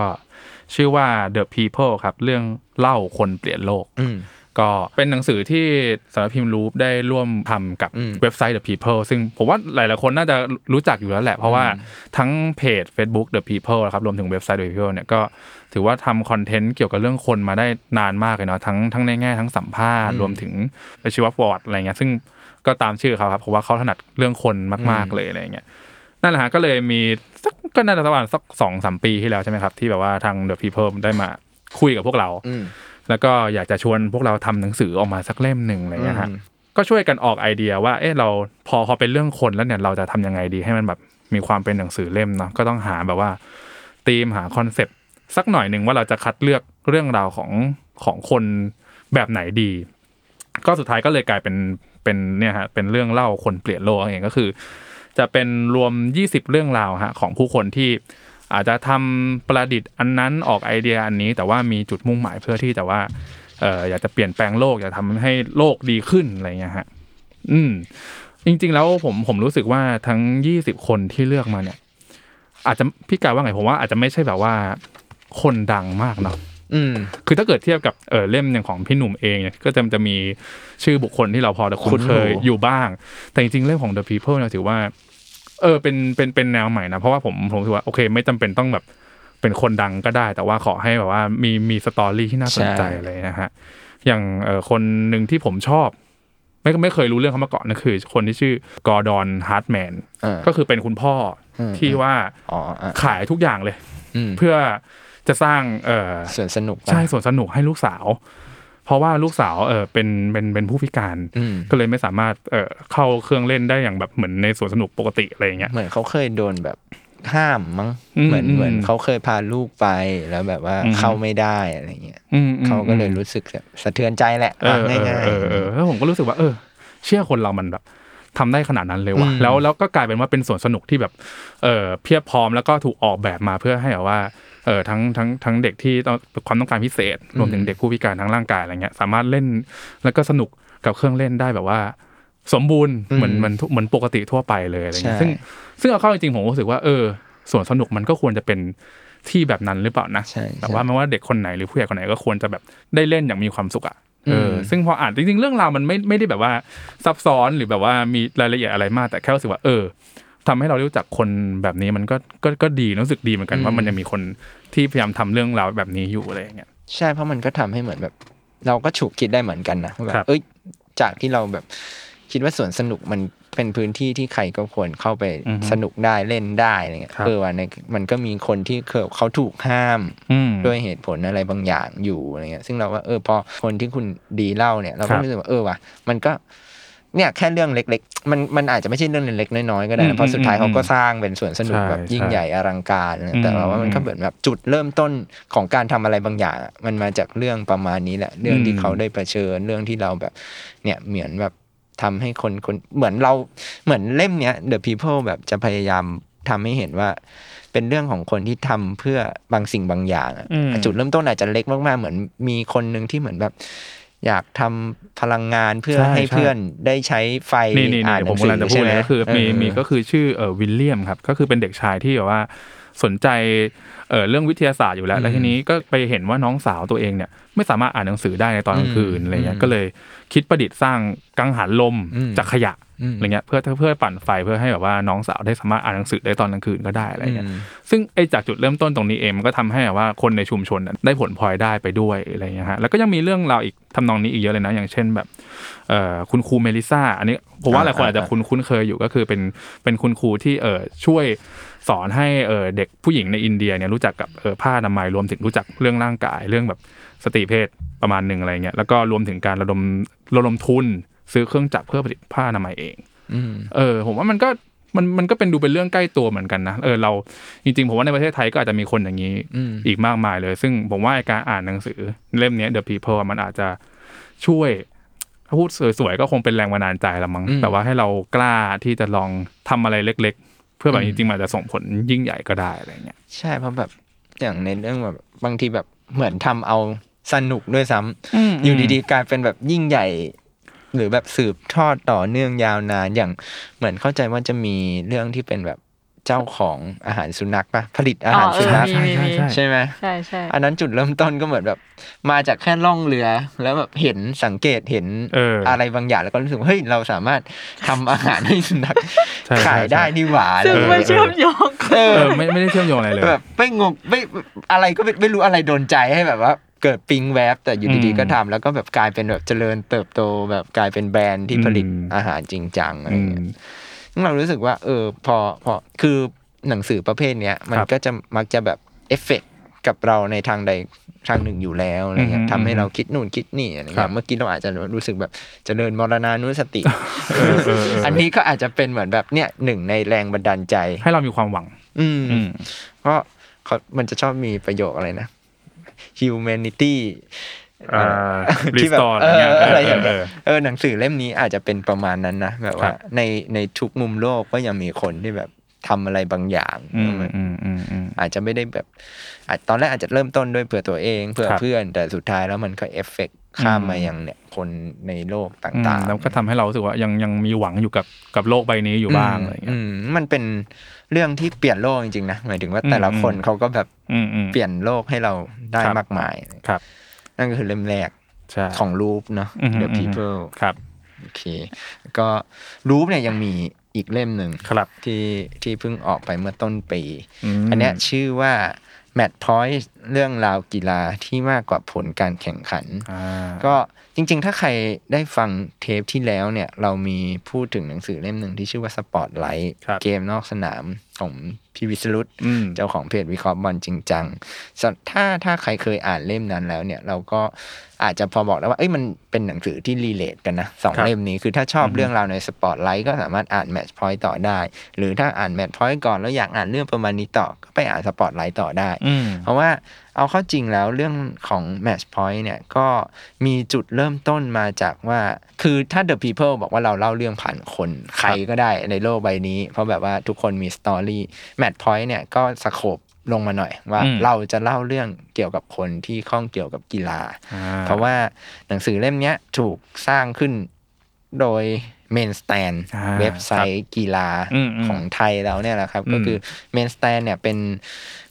Speaker 2: ชื่อว่า The People ครับ เรื่องเล่าคนเปลี่ยนโลก
Speaker 1: อืม
Speaker 2: ก็เป็นหนังสือที่สำนักพิมพ์รูปได้ร่วมทำกับ
Speaker 1: อืม
Speaker 2: เว็บไซต์ The People ซึ่งผมว่าหลายๆคนน่าจะรู้จักอยู่แล้วแหละ เพราะว่าทั้งเพจ Facebook The People นะครับรวมถึงเว็บไซต์ The People เนี่ยก็ถือว่าทำคอนเทนต์เกี่ยวกับเรื่องคนมาได้นานมากเลยเนาะทั้งทั้งในแง่ทั้งสัมภาษณ์ รวมถึงชีวประวัติอะไรเงี้ยซึ่งก็ตามชื่อเขาครับเพราะว่าเขาถนัดเรื่องคนมาก
Speaker 1: อืม
Speaker 2: ๆเลยอะไรเงี้ย นั่นแหละฮะก็เลยมีสักก็น่าจะประมาณสักสองสามปีที่แล้วใช่ไหมครับที่แบบว่าทาง The People ได้มาคุยกับพวกเรา
Speaker 1: อืม
Speaker 2: แล้วก็อยากจะชวนพวกเราทำหนังสือออกมาสักเล่มหนึ่งอะไรเงี้ยฮะ
Speaker 1: อืม
Speaker 2: ก็ช่วยกันออกไอเดียว่า เอ๊ะเราพอพอเป็นเรื่องคนแล้วเนี่ยเราจะทำยังไงดีให้มันแบบมีความเป็นหนังสือเล่มเนาะก็ต้องหาแบบว่าธีมหาคอนเซปต์สักหน่อยหนึ่งว่าเราจะคัดเลือกเรื่องราวของของคนแบบไหนดี ก็สุดท้ายก็เลยกลายเป็นเป็นเนี่ยฮะเป็นเรื่องเล่าคนเปลี่ยนโลกนั่นเองก็คือ จะเป็นรวม 20 เรื่องราวฮะของผู้คนที่อาจจะทำประดิษฐ์อันนั้นออกไอเดียอันนี้ แต่ว่ามีจุดมุ่งหมายเพื่อที่แต่ว่าเอออยากจะเปลี่ยนแปลงโลกอยากทำให้โลกดีขึ้นอะไรเงี้ยฮะอืมจริง ๆ แล้วผมผมรู้สึกว่าทั้ง 20 คนที่เลือกมาเนี่ย อาจจะพี่กายว่าไงผมว่าอาจจะไม่ใช่แบบว่าคนดังมากเนาะ
Speaker 1: อืม
Speaker 2: คือถ้าเกิดเทียบกับเออเล่มอย่างของพี่หนุ่มเองเนี่ยก็จะจะมีชื่อบุคคลที่เราพอจะคุ้นเคย
Speaker 1: คุ้นหู
Speaker 2: อยู่บ้าง แต่จริงๆเล่มของ The People เนี่ยถือว่า เออเป็นเป็นเป็นแนวใหม่นะเพราะว่าผมผมรู้สึกว่าโอเค ไม่จำเป็นต้องแบบเป็นคนดังก็ได้ แต่ว่าขอให้แบบว่ามีมีสตอรี่ที่น่าสนใจ
Speaker 1: ใช่
Speaker 2: อะไรนะฮะอย่างเออคนหนึ่งที่ผมชอบ ไม่ไม่เคยรู้เรื่องเขามาก่อนนะคือ คนที่ชื่อกอร์ดอนฮาร์ดแมน
Speaker 1: เออ
Speaker 2: ก็คือเป็นคุณพ่ออ
Speaker 1: ม
Speaker 2: ที่ว่า
Speaker 1: อ๋ออ่ะ
Speaker 2: ขายทุกอย่างเลย
Speaker 1: อืม
Speaker 2: เพื่อจะสร้างเออ
Speaker 1: สวนสนุกปะ
Speaker 2: ใช่สวนสนุกให้ลูกสาว เพราะว่าลูกสาวเออเป็นเป็นเป็นผู้พิการ
Speaker 1: อืม
Speaker 2: ก็เลยไม่สามารถเออเข้าเครื่องเล่นได้อย่างแบบเหมือนในสวนสนุกปกติอะไรอย่างเงี้ย
Speaker 1: เหมือนเขาเคยโดนแบบห้ามมั้ง
Speaker 2: อืม
Speaker 1: เหมือน
Speaker 2: อืม
Speaker 1: เหมือนเขาเคยพาลูกไปแล้วแบบว่า
Speaker 2: อืม
Speaker 1: เข้าไม่ได้อะไรเงี้ย
Speaker 2: อืมอืม
Speaker 1: เขาก็เลยรู้สึกแบบสะเทือนใจแหละ
Speaker 2: เออเอ
Speaker 1: ง่าย
Speaker 2: อ
Speaker 1: ง่าย
Speaker 2: เออเออแล้วผมก็รู้สึกว่า เออ เชื่อคนเรามันแบบทำได้ขนาดนั้นเลยว่ะ
Speaker 1: อืม
Speaker 2: แล้วแล้วก็กลายเป็นว่าเป็นสวนสนุกที่แบบเออเพียบพร้อมแล้วก็ถูกออกแบบมาเพื่อให้แบบว่าเออทั้งทั้งทั้งเด็กที่ต้องความต้องการพิเศษ รวมถึงเด็กผู้พิการทั้งร่างกายอะไรเงี้ยสามารถเล่นแล้วก็สนุกกับเครื่องเล่นได้แบบว่า สมบูรณ์เหมือนเหมือนทุกเหมือนปกติทั่วไปเลยอะไรเงี้ย
Speaker 1: ใช่
Speaker 2: ซึ่งซึ่งเอาเข้าจริงๆผมรู้สึกว่าเออส่วนสนุกมันก็ควรจะเป็นที่แบบนั้นหรือเปล่านะ
Speaker 1: ใช่ใช่
Speaker 2: แต่ว่าไม่ว่าเด็กคนไหนหรือผู้ใหญ่คนไหนก็ควรจะแบบได้เล่นอย่างมีความสุขอ่ะเออ
Speaker 1: ม
Speaker 2: อซึ่งพออ่านจริงๆ เรื่องราวมันไม่ไม่ได้แบบว่าซับซ้อนหรือแบบว่ามีรายละเอียดอะไรมาก แต่แค่รู้สึกว่าเออทำให้เรารู้จักคนแบบนี้มันก็ก็ก็ดีรู้สึกดีเหมือนกันว่ามันยังมีคนที่พยายามทำเรื่องราวแบบนี้อยู่อะไรอย่างเงี้ย
Speaker 1: ใช่เพราะมันก็ทำให้เหมือนแบบ เราก็ฉุกคิดได้เหมือนกันนะว่าแบ
Speaker 2: ครับ
Speaker 1: บเอ้ยจากที่เราแบบคิดว่าสวนสนุกมันเป็นพื้นที่ที่ใครก็ควรเข้าไป
Speaker 2: อือฮึ
Speaker 1: สนุกได้เล่นได้อะไรเงี้ย
Speaker 2: ครับ
Speaker 1: เออว่าในมันก็มีคนที่เคยเขาถูกห้าม
Speaker 2: อืม
Speaker 1: ด้วยเหตุผลอะไรบางอย่างอยู่อะไรเงี้ย ซึ่งเราว่าเออพอคนที่คุณดีเล่าเนี่ย เรา
Speaker 2: ครั
Speaker 1: ก็
Speaker 2: บ
Speaker 1: รู้สึกว่าเออว่ะมันก็ เนี่ยแค่เรื่องเล็ก ๆ มันมันอาจจะไม่ใช่เรื่องเล็กๆน้อยๆก็ได้
Speaker 2: อืม
Speaker 1: นะเพราะสุดท้าย
Speaker 2: อืม
Speaker 1: เขาก็สร้างเป็นส่วนสนุก
Speaker 2: ใช่
Speaker 1: แบบยิ่ง
Speaker 2: ใช่
Speaker 1: ใหญ่อลังการนะแต่เราว่ามัน
Speaker 2: อืม
Speaker 1: ก็เหมือนแบบจุดเริ่มต้นของการทำอะไรบางอย่างอะมันมาจากเรื่องประมาณนี้แหละ เรื่อง
Speaker 2: อื
Speaker 1: ที่
Speaker 2: ม
Speaker 1: เขาได้เผชิญเรื่องที่เราแบบ เนี่ยเหมือนแบบทำให้คนคนเหมือนเราเหมือนเล่มเนี้ย The People แบบจะพยายามทำให้เห็นว่า เป็นเรื่องของคนที่ทำเพื่อบางสิ่งบางอย่างอะ
Speaker 2: อืม
Speaker 1: จุดเริ่มต้นอาจจะเล็กมากๆ เหมือนมีคนหนึ่งที่เหมือนแบบ อยากทำพลังงานเพื่อ
Speaker 2: ใช่
Speaker 1: ให้
Speaker 2: ใช่
Speaker 1: เพื่อนได้ใช้ไฟ
Speaker 2: นี่นี่
Speaker 1: อ่า
Speaker 2: นี่
Speaker 1: นห
Speaker 2: ผ
Speaker 1: นังสื
Speaker 2: มกำลังจะพูด
Speaker 1: ใช่ไห
Speaker 2: เลยก็คือมี
Speaker 1: เออ
Speaker 2: มีก็คือชื่อเอ่อวิลเลียมครับก็คือเป็นเด็กชายที่แบบว่าสนใจเอ่อเรื่องวิทยาศาสตร์อยู่แล้ว แล้ว
Speaker 1: อืม
Speaker 2: ทีนี้ก็ไปเห็นว่าน้องสาวตัวเองเนี่ยไม่สามารถอ่านหนังสือได้ในตอนกลางคืน
Speaker 1: อืม
Speaker 2: อะไรเงี้ย
Speaker 1: อืม
Speaker 2: ก็เลยคิดประดิษฐ์สร้างกังหันลม
Speaker 1: อืม
Speaker 2: จากขยะ
Speaker 1: อืม
Speaker 2: อะไรเงี้ยเพื่อเพื่อปั่นไฟเพื่อให้แบบว่าน้องสาวได้สามารถอ่านหนังสือได้ตอนกลางคืนก็ได้อะไรเงี้ย
Speaker 1: อืม
Speaker 2: ซึ่งไอจากจุดเริ่มต้นตรงนี้เองมันก็ทำให้แบบว่าคนในชุมชนน่ะได้ผลพลอยได้ไปด้วยอะไรอย่างเงี้ยฮะแล้วก็ยังมีเรื่องราวอีกทำนองนี้อีกเยอะเลยนะ อย่างเช่นแบบเอ่อคุณครูเมลิซาอันนี้ผมว่า
Speaker 1: อ่า
Speaker 2: หลายคนอาจจะ
Speaker 1: อ่า
Speaker 2: คุ้นคุ้นเคยอยู่ก็คือเป็นเป็นคุณครูที่เอ่อช่วยสอนให้เอ่อเด็กผู้หญิงในอินเดียเนี่ยรู้จักกับเอ่อผ้าอนามัยรวมถึงรู้จักเรื่องร่างกายเรื่องแบบสตรีเพศประมาณหนึ่งอะไรเงี้ยแล้วก็รวมถึงการระดมระดมทุนซื้อเครื่องจักรเพื่อผลิตผ้าอนามัยเอง
Speaker 1: อืม
Speaker 2: เออผมว่ามันก็มันมันก็เป็นดูเป็นเรื่องใกล้ตัวเหมือนกันนะเออเราจริงๆ ผมว่าในประเทศไทยก็อาจจะมีคนอย่างนี้
Speaker 1: อืม
Speaker 2: อีกมากมายเลย ซึ่งผมว่าไอ้การอ่านหนังสือเล่มเนี้ย The People อะมันอาจจะช่วยถ้าพูดสวยๆ ก็คงเป็นแรงบันดาลใจละมั้งแต่ว่าให้เรากล้าที่จะลองทำอะไรเล็กๆ เพื่อแบบจริงๆมันอาจจะส่งผลยิ่งใหญ่ก็ได้อะไรเงี้ย
Speaker 1: ใช่เพราะแบบอย่างในเรื่องแบบบางทีแบบเหมือนทำเอาสนุกด้วยซ้ำ
Speaker 2: อืม
Speaker 1: อยู่ดีๆกลายเป็นแบบยิ่งใหญ่ หรือแบบสืบทอดต่อเนื่องยาวนานอย่างเหมือนเข้าใจว่าจะมีเรื่องที่เป็นแบบเจ้าของอาหารสุนัขปะผลิตอาหาร
Speaker 3: เอ
Speaker 1: สุ
Speaker 3: อ
Speaker 1: นัข
Speaker 3: มีมีมี
Speaker 2: ใช่
Speaker 1: ใช่ไหม
Speaker 3: ใช่ใช่
Speaker 1: อันนั้นจุดเริ่มต้นก็เหมือนแบบ มาจากแค่ล่องเรือ แล้วแบบเห็นสังเกตเห็น
Speaker 2: เอออ
Speaker 1: ไรบางอย่างแล้วก็รู้สึกว่าเฮ้ยเราสามารถทำอาหารให้สุนัข
Speaker 2: ใช่ใช่
Speaker 1: ขายได้นี่หว่าอะไร
Speaker 3: ซึ่ง
Speaker 1: แบบ
Speaker 3: ไม่
Speaker 1: เนี้ย
Speaker 3: เชื่อมโยง
Speaker 1: เอ
Speaker 2: เอ
Speaker 1: อ
Speaker 2: อไม่ไม่ได้เชื่อมโยงอะไรเลย
Speaker 1: แบบไม่งงไม่อะไรก็ไม่ไม่รู้อะไรโดนใจให้แบบว่า เกิดปิ๊งแวบแต่อยู่ดี
Speaker 2: อืม
Speaker 1: ๆก็ทำแล้วก็แบบกลายเป็นแบบเจริญเติบโตแบบกลายเป็นแบรนด์ที่ผลิต
Speaker 2: อืม
Speaker 1: อาหารจริงจังอะไร
Speaker 2: อื
Speaker 1: อย่าง
Speaker 2: ม
Speaker 1: เงี้ย ซึ่งเรารู้สึกว่า เออ พอพอคือหนังสือประเภทเนี้ย มัน
Speaker 2: ครับ
Speaker 1: ก็จะมักจะแบบเอฟเฟกต์กับเราในทางใดทางหนึ่งอยู่แล้วอะไรเงี้
Speaker 2: อื
Speaker 1: ย
Speaker 2: ม
Speaker 1: ทำให้เราคิดนู่นคิดนี่อะไร
Speaker 2: ครั
Speaker 1: เงี้
Speaker 2: บ
Speaker 1: ยเมื่อกี้เราอาจจะรู้สึกแบบเจริญมรณานุส ติ
Speaker 2: เออเออเอออั
Speaker 1: อันนี้ก็อาจจะเป็นเหมือนแบบเนี่ยหนึ่งในแรงบันดาลใจ
Speaker 2: ให้เรามีความหวัง
Speaker 1: อืม
Speaker 2: อืม
Speaker 1: เพราะเขามันจะชอบมีประโยคอะไรนะ humanity
Speaker 2: เอ่อรี
Speaker 1: ที่
Speaker 2: ส
Speaker 1: แบบ
Speaker 2: ตอร์
Speaker 1: เอออะ
Speaker 2: อะไรเงี้ย
Speaker 1: ไรอย่าง
Speaker 2: เอ
Speaker 1: เงี้ย
Speaker 2: อ
Speaker 1: เออหนังสือเล่มนี้อาจจะเป็นประมาณนั้นนะแบบว่า
Speaker 2: ครับ
Speaker 1: ในในทุกมุมโลกก็ยังมีคนที่แบบทำอะไรบางอย่าง
Speaker 2: อืมอืมอืมอืม
Speaker 1: อาจจะไม่ได้แบบอาจตอนแรกอาจจะเริ่มต้นด้วยเผื่อตัวเองเผื่อ
Speaker 2: ครับ
Speaker 1: เพื่อนแต่สุดท้ายแล้วมันก็เอฟเฟกต์ข้าม
Speaker 2: อืม
Speaker 1: มายังเนี่ยคนในโลกต
Speaker 2: อืม่
Speaker 1: างๆ
Speaker 2: แล้วก็ทำให้เรารู้สึกว่ายังยังมีหวังอยู่กับกับโลกใบนี้อยู่บ้างอะไรอย่างเงี้ย
Speaker 1: มมมันเป็นเรื่องที่เปลี่ยนโลกจริงๆนะหมายถึงว่าแต่ละ
Speaker 2: อืม
Speaker 1: คนเขาก็แบบ
Speaker 2: อืมอืม
Speaker 1: เปลี่ยนโลกให้เราได้
Speaker 2: ครับ
Speaker 1: มากมาย
Speaker 2: ครับ
Speaker 1: นั่นก็คือเล่มแรก
Speaker 2: ใช่
Speaker 1: ของรูปเนาะ
Speaker 2: อืม
Speaker 1: The People
Speaker 2: ครับ
Speaker 1: โอเค ก็รูปเนี่ยยังมี อีกเล่มหนึ่ง
Speaker 2: ครับ
Speaker 1: ที่ที่เพิ่งออกไปเมื่อต้นปี
Speaker 2: ม
Speaker 1: อันเนี้ยชื่อว่า Match Point เรื่องราวกีฬาที่มากกว่าผลการแข่งขัน
Speaker 2: อ่า
Speaker 1: ก็จริงๆ ถ้าใครได้ฟังเทปที่แล้วเนี่ย เรามีพูดถึงหนังสือเล่มหนึ่งที่ชื่อว่า Spotlight
Speaker 2: ครับ
Speaker 1: เกมนอกสนามของพี่วิสรุต
Speaker 2: อืม
Speaker 1: เจ้าของเพจวิเคราะห์บอลจริงจังสถ้าถ้าใครเคยอ่านเล่มนั้นแล้วเนี่ยเราก็อาจจะพอบอกแล้วว่าเอ้ยมันเป็นหนังสือที่รีเลทกันนะสอง
Speaker 2: ครับ
Speaker 1: เล่มนี้คือถ้าชอบเรื่องราวในสปอตไลท์ก็สามารถอ่านแมทพอยต์ต่อได้ หรือถ้าอ่านแมทพอยต์ก่อนแล้วอยากอ่านเรื่องประมาณนี้ต่อก็ไปอ่านสปอตไลท์ต่อได้
Speaker 2: อืม
Speaker 1: เพราะว่าเอาเข้าจริงแล้วเรื่องของ Match Point เนี่ยก็มีจุดเริ่มต้นมาจากว่า คือถ้า The People บอกว่าเราเล่าเรื่องผ่านคนใครก็ได้ในโลกใบนี้ เพราะแบบว่าทุกคนมีสตอรี่ Match Point เนี่ยก็สโคบลงมาหน่อยว่า
Speaker 2: อืม
Speaker 1: เราจะเล่าเรื่องเกี่ยวกับคนที่ข้องเกี่ยวกับกีฬา
Speaker 2: อ่
Speaker 1: เพราะว่าหนังสือเล่มเนี้ยถูกสร้างขึ้นโดยเมนสแตน
Speaker 2: อ่า
Speaker 1: เว็บไซต์กีฬา
Speaker 2: อืมอืม
Speaker 1: ของไทยเราเนี่ยแหละครับ
Speaker 2: อืม
Speaker 1: ก็คือเมนสแตนเนี่ยเป็น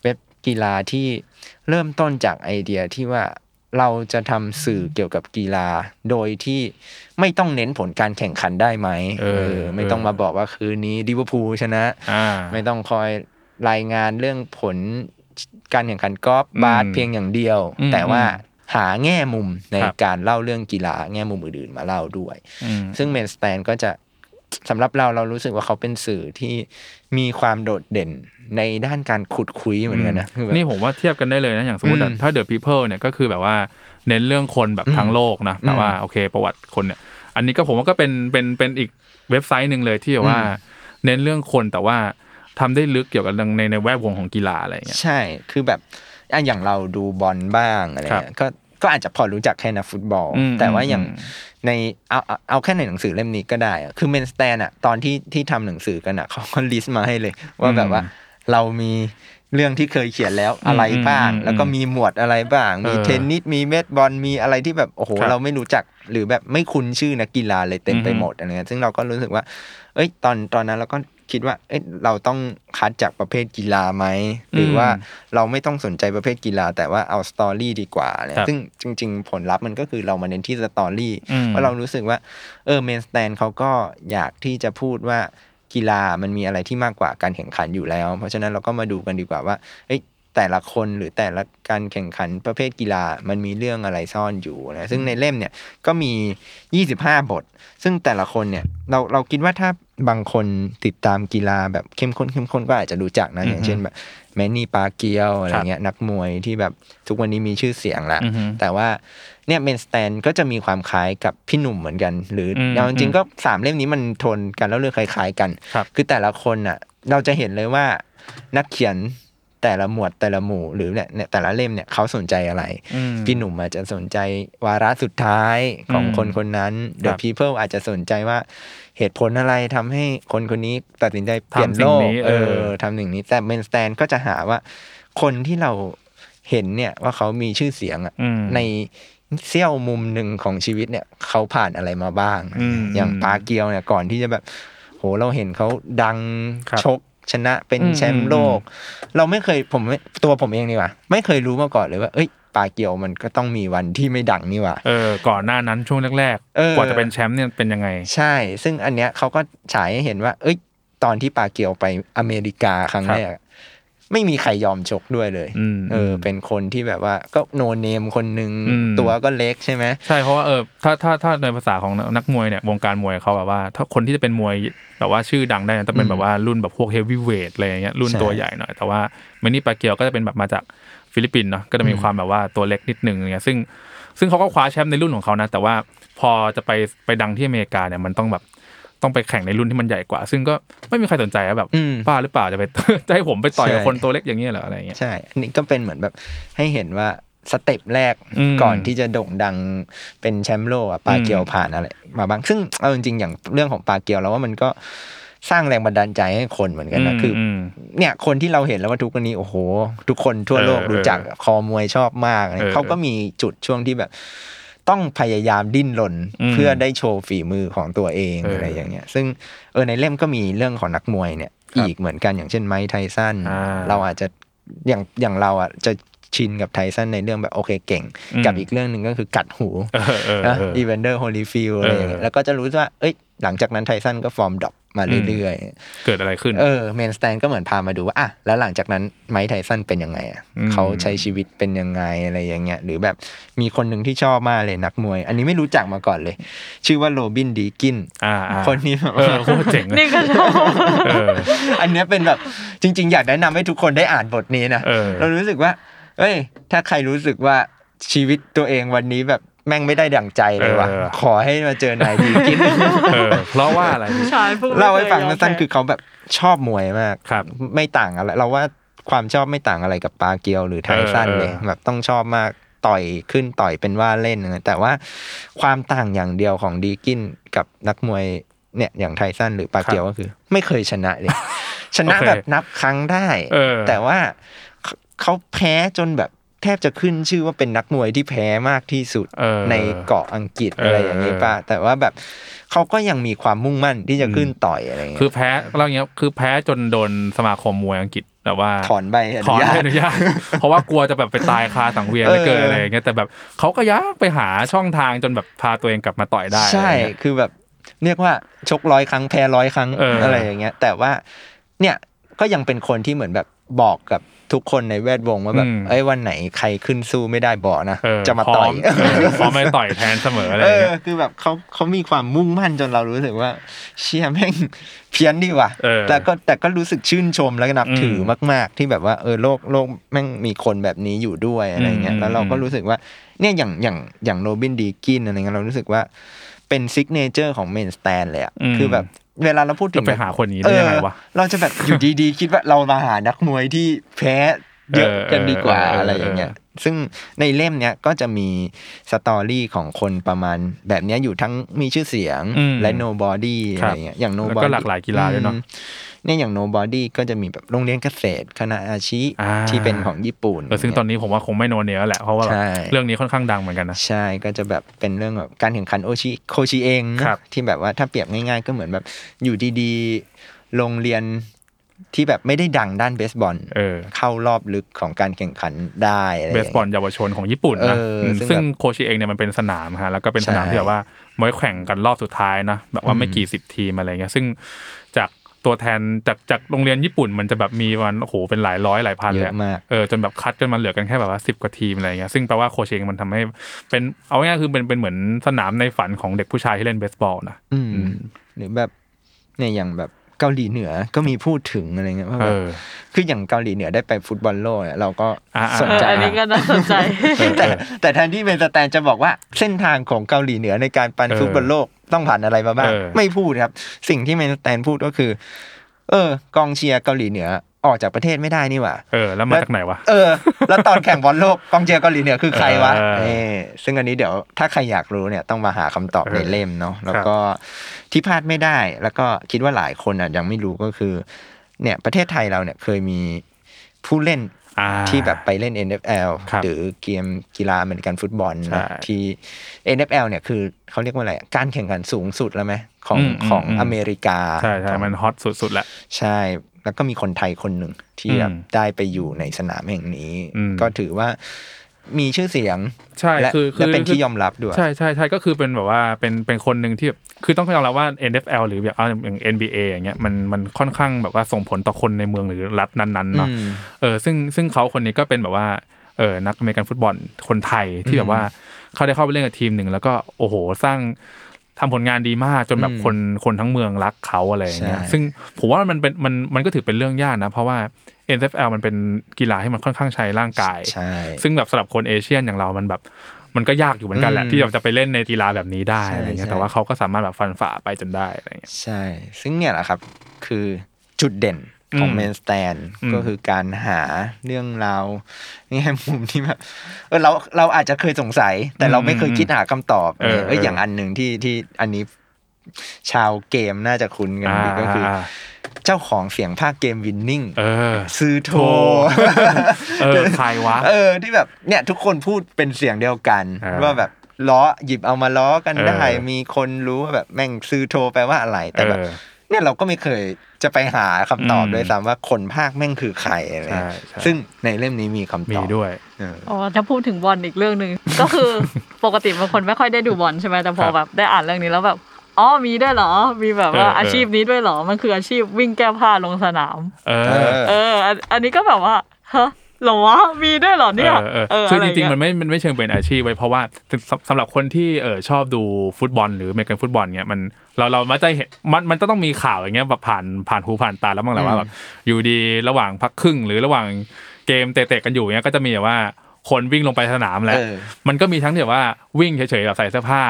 Speaker 1: เว็บกีฬาที่เริ่มต้นจากไอเดียที่ว่าเราจะทำสื่อเกี่ยวกับกีฬา โดยที่ไม่ต้องเน้นผลการแข่งขันได้ไหม
Speaker 2: เออ
Speaker 1: ไม่ต้องมาบอกว่าคืนนี้ดิวอร์พูลชนะ
Speaker 2: อ่า
Speaker 1: ไม่ต้องคอยรายงานเรื่องผลการแข่งขันกอล์ฟ
Speaker 2: อืม
Speaker 1: บาสเพียงอย่างเดียว
Speaker 2: อืม
Speaker 1: แต่ว่าหาแง่มุมใน
Speaker 2: ครับ
Speaker 1: การเล่าเรื่องกีฬาแง่มุมอื่นๆมาเล่าด้วย
Speaker 2: อืม
Speaker 1: ซึ่งเมนสแตนก็จะสำหรับเราเรารู้สึกว่าเขาเป็นสื่อที่มีความโดดเด่นในด้านการขุดคุยเหมือนกันนะคือแบบ
Speaker 2: นี่ผมว่าเทียบกันได้เลยนะ อย่างสมมติอะ
Speaker 1: อืม
Speaker 2: ถ้า The People เนี่ยก็คือแบบว่าเน้นเรื่องคนแบบทั้งโลกนะแต่ว่าโอเคประวัติคนเนี่ย อันนี้ก็ผมว่าก็เป็นเป็นเป็นอีกเว็บไซต์หนึ่งเลยที่แบบว่า เน้นเรื่องคนแต่ว่าทำได้ลึกเกี่ยวกับเรื่องในในแวดวงของกีฬาอะไรอย่างเงี้ย
Speaker 1: ใช่ คือแบบอ่ะอย่างเราดูบอลบ้างอะไร
Speaker 2: ครับ
Speaker 1: เงี้ยก็ ก็อาจจะพอรู้จักแค่นักฟุตบอล
Speaker 2: อืม
Speaker 1: แต่ว่าอย่าง
Speaker 2: อืม
Speaker 1: ในเอาเอาเอาแค่ในหนังสือเล่มนี้ก็ได้อะคือเมนสแตนอะตอนที่ที่ทำหนังสือกันอะ เขาก็ลิสต์มาให้เลย ว่าแบบว่าเรามีเรื่องที่เคยเขียนแล้วอะไรบ้าง
Speaker 2: อืม
Speaker 1: แล้วก็มีหมวดอะไรบ้าง มี
Speaker 2: เออ
Speaker 1: เทนนิส มีเบสบอล มีอะไรที่แบบโอ้โห
Speaker 2: ครับ
Speaker 1: เราไม่รู้จักหรือแบบไม่คุ้นชื่อนักกีฬาเลยเต็มไป
Speaker 2: อืม
Speaker 1: หมดอะไรเงี้ยซึ่งเราก็รู้สึกว่า เอ้ยตอนตอนนั้นเราก็คิดว่าเอ้ยเราต้องคัดจากประเภทกีฬาไหมหรืออ
Speaker 2: ม
Speaker 1: ว่าเราไม่ต้องสนใจประเภทกีฬา แต่ว่าเอาสตอรี่ดีกว่าเนี่ย
Speaker 2: ครับ
Speaker 1: ซึ่งจริง ๆ ผลลัพธ์มันก็คือเรามาเน้นที่สตอรี่
Speaker 2: อืม
Speaker 1: เพราะเรารู้สึกว่าเออเมนสแตนเขาก็อยากที่จะพูดว่ากีฬามันมีอะไรที่มากกว่าการแข่งขันอยู่แล้ว เพราะฉะนั้นเราก็มาดูกันดีกว่าว่าเอ้ยแต่ละคนหรือแต่ละการแข่งขันประเภทกีฬามันมีเรื่องอะไรซ่อนอยู่นะซึ่งในเล่มเนี่ยก็มี 25 บท ซึ่งแต่ละคนเนี่ยเราเราคิดว่าถ้าบางคนติดตามกีฬาแบบเข้มข้นเข้มข้นก็อาจจะรู้จักนะ อย่างเช่นแบบแมนนี่ปาเกียวอะไรเงี้ยนักมวยที่แบบทุกวันนี้มีชื่อเสียงละ
Speaker 2: อือฮึ
Speaker 1: แต่ว่าเนี่ยเมนสแตนก็จะมีความคล้ายกับพี่หนุ่มเหมือนกัน หรืออ
Speaker 2: ม
Speaker 1: เอาจริงๆก็สามเล่มนี้มันทนกันแล้วเรื่องคล้ายๆกัน
Speaker 2: ครับ
Speaker 1: อแต่ละคนอ่ะเราจะเห็นเลยว่านักเขียนแต่ละหมวดแต่ละหมู่หรือเนี่ยเนี่ยแต่ละเล่มเนี่ยเขาสนใจอะไร
Speaker 2: อืม
Speaker 1: พี่หนุ่มอาจจะสนใจวาระสุดท้ายของ
Speaker 2: อืม
Speaker 1: คนคนนั้น เด
Speaker 2: ครั
Speaker 1: อะ
Speaker 2: บ
Speaker 1: พีเพิลอาจจะสนใจว่าเหตุผลอะไรทำให้คนคนนี้ตัดสินใจเปลี่ยนโลก
Speaker 2: ทำสิ่งนี้เอ
Speaker 1: เอ
Speaker 2: อ
Speaker 1: อทำสิ่งนี้ แต่เมนสแตนก็จะหาว่า คนที่เราเห็นเนี่ยว่าเขามีชื่อเสียงอะ
Speaker 2: อืม
Speaker 1: ในเซี่ยวมุมหนึ่งของชีวิตเนี่ยเขาผ่านอะไรมาบ้าง
Speaker 2: อืม
Speaker 1: อย่างปาเกียวเนี่ยก่อนที่จะแบบ โหเราเห็นเขาดัง
Speaker 2: ครับ
Speaker 1: ชกชนะเป็น
Speaker 2: อืม
Speaker 1: แชมป์โลก เราไม่เคยผมไม่ตัวผมเองนี่หว่าไม่เคยรู้มาก่อนเลยว่าเอ้ยปาเกียวมันก็ต้องมีวันที่ไม่ดังนี่หว่า
Speaker 2: เออก่อนหน้านั้นช่วงแรก
Speaker 1: เออ
Speaker 2: ๆกว่าจะเป็นแชมป์เนี่ยเป็นยังไง
Speaker 1: ใช่ ซึ่งอันเนี้ยเขาก็ฉายให้เห็นว่า เอ้ย ตอนที่ปาเกียวไปอเมริกาครั้ง
Speaker 2: ครับ
Speaker 1: แรกไม่มีใครยอมชกด้วยเลย
Speaker 2: อืม
Speaker 1: เออ เป็นคนที่แบบว่าก็โนเนมคนหนึ่ง
Speaker 2: อืม
Speaker 1: ตัวก็เล็กใช่ไหม
Speaker 2: ใช่เพราะว่าเออถ้าถ้าถ้าในภาษาของนักมวยเนี่ยวงการมวยเขาแบบว่า ถ้าคนที่จะเป็นมวยแบบว่าชื่อดังได้นะต้องเป็นแบบว่ารุ่นแบบพวกเฮฟวีเวทอะไรอย่างเงี้ยรุ่น
Speaker 1: ใช่
Speaker 2: ตัวใหญ่หน่อย แต่ว่าเมนี่ปาเกียวก็จะเป็นแบบมาจากฟิลิปปินส์เนาะก็จะมีความแบบว่าตัวเล็กนิดนึงอย่างเงี้ยซึ่งซึ่งเขาก็คว้าแชมป์ในรุ่นของเขานะ แต่ว่าพอจะไปไปดังที่อเมริกาเนี่ยมันต้องแบบต้องไปแข่งในรุ่นที่มันใหญ่กว่า ซึ่งก็ไม่มีใครสนใจอะแบบ
Speaker 1: อืม
Speaker 2: ป้าหรือเปล่าจะไป จะให้ผมไปต่อยกับ
Speaker 1: ใช่
Speaker 2: คนตัวเล็กอย่างเงี้ยเหรออะไรอย่างเงี้ย
Speaker 1: ใช่ อันนี้ก็เป็นเหมือนแบบให้เห็นว่าสเต็ปแรก
Speaker 2: อืม
Speaker 1: ก่อนที่จะโด่งดังเป็นแชมป์โลกอะปาเกียวผ่านอะไรมาบ้าง ซึ่งเอาจริงๆอย่างเรื่องของปาเกียวแล้วว่ามันก็สร้างแรงบันดาลใจให้คนเหมือนกันนะ
Speaker 2: อืม
Speaker 1: คืออ
Speaker 2: ม
Speaker 1: เนี่ยคนที่เราเห็นแล้วว่าทุกวันนี้โอ้โห ทุกคนทั่วโลก
Speaker 2: เออ
Speaker 1: รู้จักคอมวยชอบมากเนี่ย
Speaker 2: เออ
Speaker 1: เขาก็มีจุดช่วงที่แบบ ต้องพยายามดิ้นรน
Speaker 2: อืม
Speaker 1: เพื่อได้โชว์ฝีมือของตัวเอง
Speaker 2: เอออ
Speaker 1: อะไรอย่างเงี้ย ซึ่งเออในเล่มก็มีเรื่องของนักมวยเนี่ย
Speaker 2: ครับ
Speaker 1: อีกเหมือนกันอย่างเช่นไมค์ไทสัน
Speaker 2: อ่า
Speaker 1: เรา อาจจะอย่างอย่างเราอ่ะจะ ชินกับไทสันในเรื่องแบบโอเคเก่ง
Speaker 2: อืม
Speaker 1: กับอีกเรื่องหนึ่งก็คือกัดหู
Speaker 2: เออเออ
Speaker 1: นะ
Speaker 2: เออ
Speaker 1: อีเวนเดอร์โฮลีฟิลอะไรอย่างเงี้ย
Speaker 2: เออ
Speaker 1: แล้วก็จะรู้ว่าเอ้ยหลังจากนั้นไทสันก็ฟอร์มดรอปมา
Speaker 2: อืม
Speaker 1: เรื่อย
Speaker 2: เกิดอะไรขึ้น
Speaker 1: ๆเออเมนสแตนก็เหมือนพามาดูว่าอ่ะแล้วหลังจากนั้นไมค์ไทสันเป็นยังไงอะ
Speaker 2: อืม
Speaker 1: เขาใช้ชีวิตเป็นยังไงอะไรอย่างเงี้ยหรือแบบมีคนหนึ่งที่ชอบมากเลยนักมวย อันนี้ไม่รู้จักมาก่อนเลย ชื่อว่าโรบินดีกิน
Speaker 2: อ่าอ่า
Speaker 1: คนนี้แบบ
Speaker 2: เอ
Speaker 1: ว่า
Speaker 2: อโคตรเจ๋งเลย
Speaker 3: นี่ก็ชอบ
Speaker 2: เออ
Speaker 1: อันเนี้ยเป็นแบบจริง ๆ อยากแนะนำให้ทุกคนได้อ่านบทนี้นะ
Speaker 2: เออ
Speaker 1: รู้สึกว่า เอ้ย ถ้าใครรู้สึกว่าชีวิตตัวเองวันนี้แบบแม่งไม่ได้ดั่งใจเลยว่ะ
Speaker 2: เออ
Speaker 1: ขอให้มาเจอนายดีกิน
Speaker 2: เออเพราะว่าอะไร
Speaker 3: ชายผู้
Speaker 1: เล่าให้ฟัง
Speaker 3: ไม่เคยยม
Speaker 1: สั้นๆคือเขาแบบชอบมวยมาก
Speaker 2: ครับ
Speaker 1: ไม่ต่างอะไรเราว่าความชอบไม่ต่างอะไรกับปาเกียวหรือไทสัน
Speaker 2: เออเออ
Speaker 1: เลยแบบต้องชอบมากต่อยขึ้นต่อยเป็นว่าเล่นนะแต่ว่าความต่างอย่างเดียวของดีกินกับนักมวยเนี่ยอย่างไทสันหรือปาเกียวก็คือ ไม่เคยชนะเลย ชนะแบบนับครั้งได้
Speaker 2: เออ
Speaker 1: แต่ว่าเขาเขาแพ้จนแบบแทบจะขึ้นชื่อว่าเป็นนักมวยที่แพ้มากที่สุด
Speaker 2: เออ
Speaker 1: ในเกาะอังกฤษอะไรอย่างนี้ป่ะแต่ว่าแบบเขาก็ยังมีความมุ่งมั่นที่จะขึ้นต่อยอะไรอย่างเงี้ย
Speaker 2: คือแพ้เล่าอย่างเงี้ยคือแพ้จนโดนสมาคมมวยอังกฤษแบบว่า
Speaker 1: ถอนใบอ
Speaker 2: ขอ
Speaker 1: นุญาต
Speaker 2: อนุญาต เพราะว่ากลัวจะแบบไปตายคาสังเวียน
Speaker 1: เออ
Speaker 2: ไม่เกินอะไรอย่างเงี้ยแต่แบบเขาก็ยักไปหาช่องทางจนแบบพาตัวเองกลับมาต่อยได้
Speaker 1: ใช่
Speaker 2: อะไรเงี้ย
Speaker 1: คือแบบเรียกว่าชกร้อยครั้งแพ้ร้อยครั้ง
Speaker 2: เอออ
Speaker 1: อะไรอย่างเงี้ย แต่ว่าเนี่ยก็ยังเป็นคนที่เหมือนแบบบอกกับทุกคนในแวดวงว่าแบบ
Speaker 2: อืม
Speaker 1: เอ้ยวันไหนใครขึ้นสู้ไม่ได้บอกนะ
Speaker 2: เออ
Speaker 1: จะมาต่อย
Speaker 2: พร้มเพร้อมไป ต่อยแทนเสมออะไร
Speaker 1: เอ
Speaker 2: อย่าง
Speaker 1: อ
Speaker 2: เงี้ย
Speaker 1: คือแบบเขาเขามีความมุ่งมั่นจนเรารู้สึกว่า เชี่ยแม่ง เพี้ยนดีว่ะ
Speaker 2: เออ
Speaker 1: แต่ก็แต่ก็รู้สึกชื่นชมแล้วก็นับถืออมาก ๆ ที่แบบว่าเออโลกโลกแม่งมีคนแบบนี้อยู่ด้วยอะไรเงี้ย
Speaker 2: อืม
Speaker 1: แล้วเราก็รู้สึกว่าเนี่ยอย่างอย่างอย่างโรบินดีกินอะไรเงี้ยเรารู้สึกว่าเป็นซิกเนเจอร์ของเมนสแตนเลยอ่ะ
Speaker 2: อืม
Speaker 1: คือแบบเวลาเราพูดถึ
Speaker 2: จะ
Speaker 1: ง
Speaker 2: ไป
Speaker 1: แบบ
Speaker 2: หาคนนี้ได้ยังไงวะ
Speaker 1: เออเราจะแบบอยู่ดีๆ คิดว่าเรามาหานักมวยที่แพ้เยอะกันดีกว่า
Speaker 2: เออเออเออ
Speaker 1: อะไรอย่างเงี้ย ซึ่งในเล่มเนี้ยก็จะมีสตอรี่ของคนประมาณแบบเนี้ยอยู่ทั้งมีชื่อเสียง
Speaker 2: อืม
Speaker 1: และ nobody
Speaker 2: ค
Speaker 1: อะ
Speaker 2: รับ
Speaker 1: ไรเงี้ยอย่าง nobody
Speaker 2: แล้วก็หลากหลายกีฬาด้วยเนอะ
Speaker 1: อืมเนี่ยอย่าง nobody ก็จะมีแบบโรงเรียนเกษตรคณะอาชี
Speaker 2: อ่า
Speaker 1: ที่เป็นของญี่ปุ่น
Speaker 2: เออซึ่งตอนนี้ผมว่าคงไม่โนเนียแล้วแหละเพราะว่าแบบ
Speaker 1: ใช่
Speaker 2: เรื่องนี้ค่อนข้างดังเหมือนกันนะ
Speaker 1: ใช่ก็จะแบบเป็นเรื่องแบบการแข่งขันโอชิโคชิเองนะครับ ที่แบบว่าถ้าเปรียบง่ายๆ ก็เหมือนแบบอยู่ดีๆ โรงเรียนที่แบบไม่ได้ดังด้านเบสบอล
Speaker 2: เออ
Speaker 1: รอบลึกของการแข่งขันได้อะไรอ
Speaker 2: เบส
Speaker 1: ย่าง
Speaker 2: บอ
Speaker 1: เงี้ย
Speaker 2: ลเยาวชนของญี่ปุ่นนะ
Speaker 1: เออ
Speaker 2: ม
Speaker 1: ซึ่
Speaker 2: ซึ่ง
Speaker 1: งแบบ
Speaker 2: โคชิเองเนี่ยมันเป็นสนามฮะแล้วก็เป็นสนาม
Speaker 1: ใช่
Speaker 2: ที่แบบว่าไว้แข่งกันรอบสุดท้ายนะแบบว่าไม่กี่สิบทีมอะไรเงี้ยซึ่งจากตัวแทนจากจากโรงเรียนญี่ปุ่นมันจะแบบมีวันโอ้โหเป็นหลายร้อยหลายพันเลย
Speaker 1: เยอะมาก
Speaker 2: เออจนแบบคัดกันมาเหลือกันแค่แบบว่าสิบกว่าทีมอะไรเงี้ยซึ่งแปลว่าโคชเองมันทำให้เป็นเอาง่ายๆคือเป็นเป็นเหมือนสนามในฝันของเด็กผู้ชายที่เล่นเบสบอลนะ
Speaker 1: อืมหรือแบบเนี่ยอย่างแบบเกาหลีเหนือก็มีพูดถึงอะไรเงี้ยว่า
Speaker 2: เอ
Speaker 1: แบบ
Speaker 2: อ
Speaker 1: คืออย่างเกาหลีเหนือได้ไปฟุตบอลโลกเนี่ยเราก็
Speaker 2: อ่าๆ
Speaker 1: สน
Speaker 3: เออ
Speaker 1: ใจ
Speaker 3: อันนี้ก็น่าสนใจ
Speaker 1: แต่แต่แทนที่เบนสแตนจะบอกว่าเส้นทางของเกาหลีเหนือในการปัน
Speaker 2: เออ
Speaker 1: ฟุตบอลโลกต้องผ่านอะไรมาบ้าง
Speaker 2: เออ
Speaker 1: ไม่พูดครับ สิ่งที่เบนสแตนพูดก็คือ เออกองเชียร์เกาหลีเหนือออกจากประเทศไม่ได้นี่หว่า
Speaker 2: เออแล้วมาจากไหนวะ
Speaker 1: เออ แล้วตอนแข่งบอลโลกกองเชียร์เกาหลีเหนือคือใครวะ
Speaker 2: เออ
Speaker 1: เออซึ่งอันนี้เดี๋ยวถ้าใครอยากรู้เนี่ยต้องมาหาคำตอบในเล่มเนาะแล้วก็ที่พลาดไม่ได้ แล้วก็คิดว่าหลายคนอ่ะยังไม่รู้ก็คือ เนี่ยประเทศไทยเราเนี่ยเคยมีผู้เล่น
Speaker 2: อ่า
Speaker 1: ที่แบบไปเล่น NFL
Speaker 2: ครับ
Speaker 1: หรือเกมกีฬาอเมริกันฟุตบอลนะ
Speaker 2: ใช่
Speaker 1: ที่ NFL เนี่ยคือเขาเรียกว่าอะไรอะการแข่งขันสูงสุดแล้วไหมของ
Speaker 2: อืม
Speaker 1: ของ
Speaker 2: อืม
Speaker 1: อเมริกา
Speaker 2: ใช่ใช่
Speaker 1: ของ
Speaker 2: มันฮอตสุดๆแหละ
Speaker 1: ใช่ แล้วก็มีคนไทยคนหนึ่งที่
Speaker 2: อืม
Speaker 1: แบบได้ไปอยู่ในสนามแห่งนี้
Speaker 2: อืม
Speaker 1: ก็ถือว่ามีชื่อเสียง
Speaker 2: ใช่
Speaker 1: และ
Speaker 2: คือคื
Speaker 1: และเป็นที่ยอมรับด้วย
Speaker 2: ใช่ใช่ใช่ก็คือเป็นแบบว่าเป็นเป็นคนหนึ่งที่แบบคือต้องยอมรับว่า NFL หรือแบบเอาอย่าง NBA อย่างเงี้ยมันมันค่อนข้างแบบว่าส่งผลต่อคนในเมืองหรือรัฐนั้นๆเนาะ
Speaker 1: อืม
Speaker 2: เออซึ่งซึ่งเขาคนนี้ก็เป็นแบบว่าเออนักอเมริกันฟุตบอลคนไทยที่แบบว่าเขาได้เข้าไปเล่นกับทีมหนึ่งแล้วก็โอ้โหสร้างทำผลงานดีมากจนแบบ
Speaker 1: อืม
Speaker 2: คนคนทั้งเมืองรักเขาอะไรอย่างเงี้ย
Speaker 1: ใช่
Speaker 2: ซึ่งผมว่ามันเป็นมันมันก็ถือเป็นเรื่องยากนะเพราะว่า NFL มันเป็นกีฬาที่มันค่อนข้างใช้ร่างกาย
Speaker 1: ใช่
Speaker 2: ซึ่งแบบสำหรับคนเอเชียนอย่างเรามันแบบ มันก็ยากอยู่เหมือนกันแหละ
Speaker 1: อืม
Speaker 2: ที่เราจะไปเล่นในกีฬาแบบนี้ได้
Speaker 1: ใช่
Speaker 2: อะไรเงี้ย
Speaker 1: ใช่
Speaker 2: แต่ว่าเขาก็สามารถแบบฟันฝ่าไปจนได้อะไรเงี้ย
Speaker 1: ใช่ ซึ่งเนี่ยแหละครับ คือจุดเด่นของ
Speaker 2: อืม
Speaker 1: เมนสแตน
Speaker 2: อืม
Speaker 1: ก็คือการหาเรื่องราวในแง่มุมที่แบบเออเราเราอาจจะเคยสงสัย แต่เราไม่เคยคิดหาคำตอบ
Speaker 2: เอ
Speaker 1: เอย
Speaker 2: อเอออ
Speaker 1: อย่างอันหนึ่งที่ที่อันนี้ชาวเกมน่าจะคุ้นกันดีก็คืออ
Speaker 2: อ่า
Speaker 1: เจ้าของเสียงภาคเกมวินนิ่ง
Speaker 2: เออ
Speaker 1: ซือโท
Speaker 2: เออใครวะ
Speaker 1: เออที่แบบเนี่ยทุกคนพูดเป็นเสียงเดียวกัน
Speaker 2: อ่า
Speaker 1: ว่าแบบล้อหยิบเอามาล้อกันได้
Speaker 2: เออ
Speaker 1: มีคนรู้ว่าแบบแม่งซื้อโทรแปลว่าอะไรแต่แบบ
Speaker 2: เออ
Speaker 1: เนี่ยเราก็ไม่เคยจะไปหาคำตอบด้วยซ้ำว่าคนภาคแม่งคือใครอะไร
Speaker 2: ใช่
Speaker 1: เงี้ย
Speaker 2: ใช่
Speaker 1: ซึ่งในเล่มนี้มีคำต
Speaker 2: มี
Speaker 1: อบ
Speaker 2: ด้วย
Speaker 1: เออ
Speaker 3: อ๋อถ้าพูดถึงบอลอีกเรื่องหนึ่ง ก็คือ ปกติบางคนไม่ค่อยได้ดูบอลใช่ไหมแต่พอ
Speaker 2: ครับ
Speaker 3: แบบได้อ่านเรื่องนี้แล้วแบบอ๋อมีด้วยเหรอ มีแบบว่า
Speaker 2: เออเอออ
Speaker 3: อาชีพนี้ด้วยเหรอมันคืออาชีพวิ่งแก้ผ้าลงสนาม
Speaker 2: เอ
Speaker 1: เอ
Speaker 2: อ
Speaker 1: อ
Speaker 3: เอออันอันนี้ก็แบบว่าฮะเหรอวะมีด้วยเหรอเนี่ย
Speaker 2: อออ
Speaker 3: เอ
Speaker 2: อ
Speaker 3: อ
Speaker 2: ซึ่ง
Speaker 3: อะ
Speaker 2: จ
Speaker 3: ไเย
Speaker 2: ริงๆ มันไม่ มันไม่เชิงเป็นอาชีพไว้ยเพราะว่าสำสำหรับคนที่เออชอบดูฟุตบอลหรือเมกันฟุตบอลเนี่ยมันเราเรามักจะเห็นมันมันจะต้องมีข่าวอย่างเงี้ยแบบผ่านผ่านหูผ่านตาแล้วบ้างแหละว่าแบบอยู่ดีระหว่างพักครึ่ง หรือระหว่างเกมเตะๆกันอยู่เนี่ยก็จะมีแบบว่าคนวิ่งลงไปสนามแหละ
Speaker 1: เออ
Speaker 2: มันก็มีทั้งที่แบบว่าวิ่งเฉยๆแบบใส่เสื้อผ้า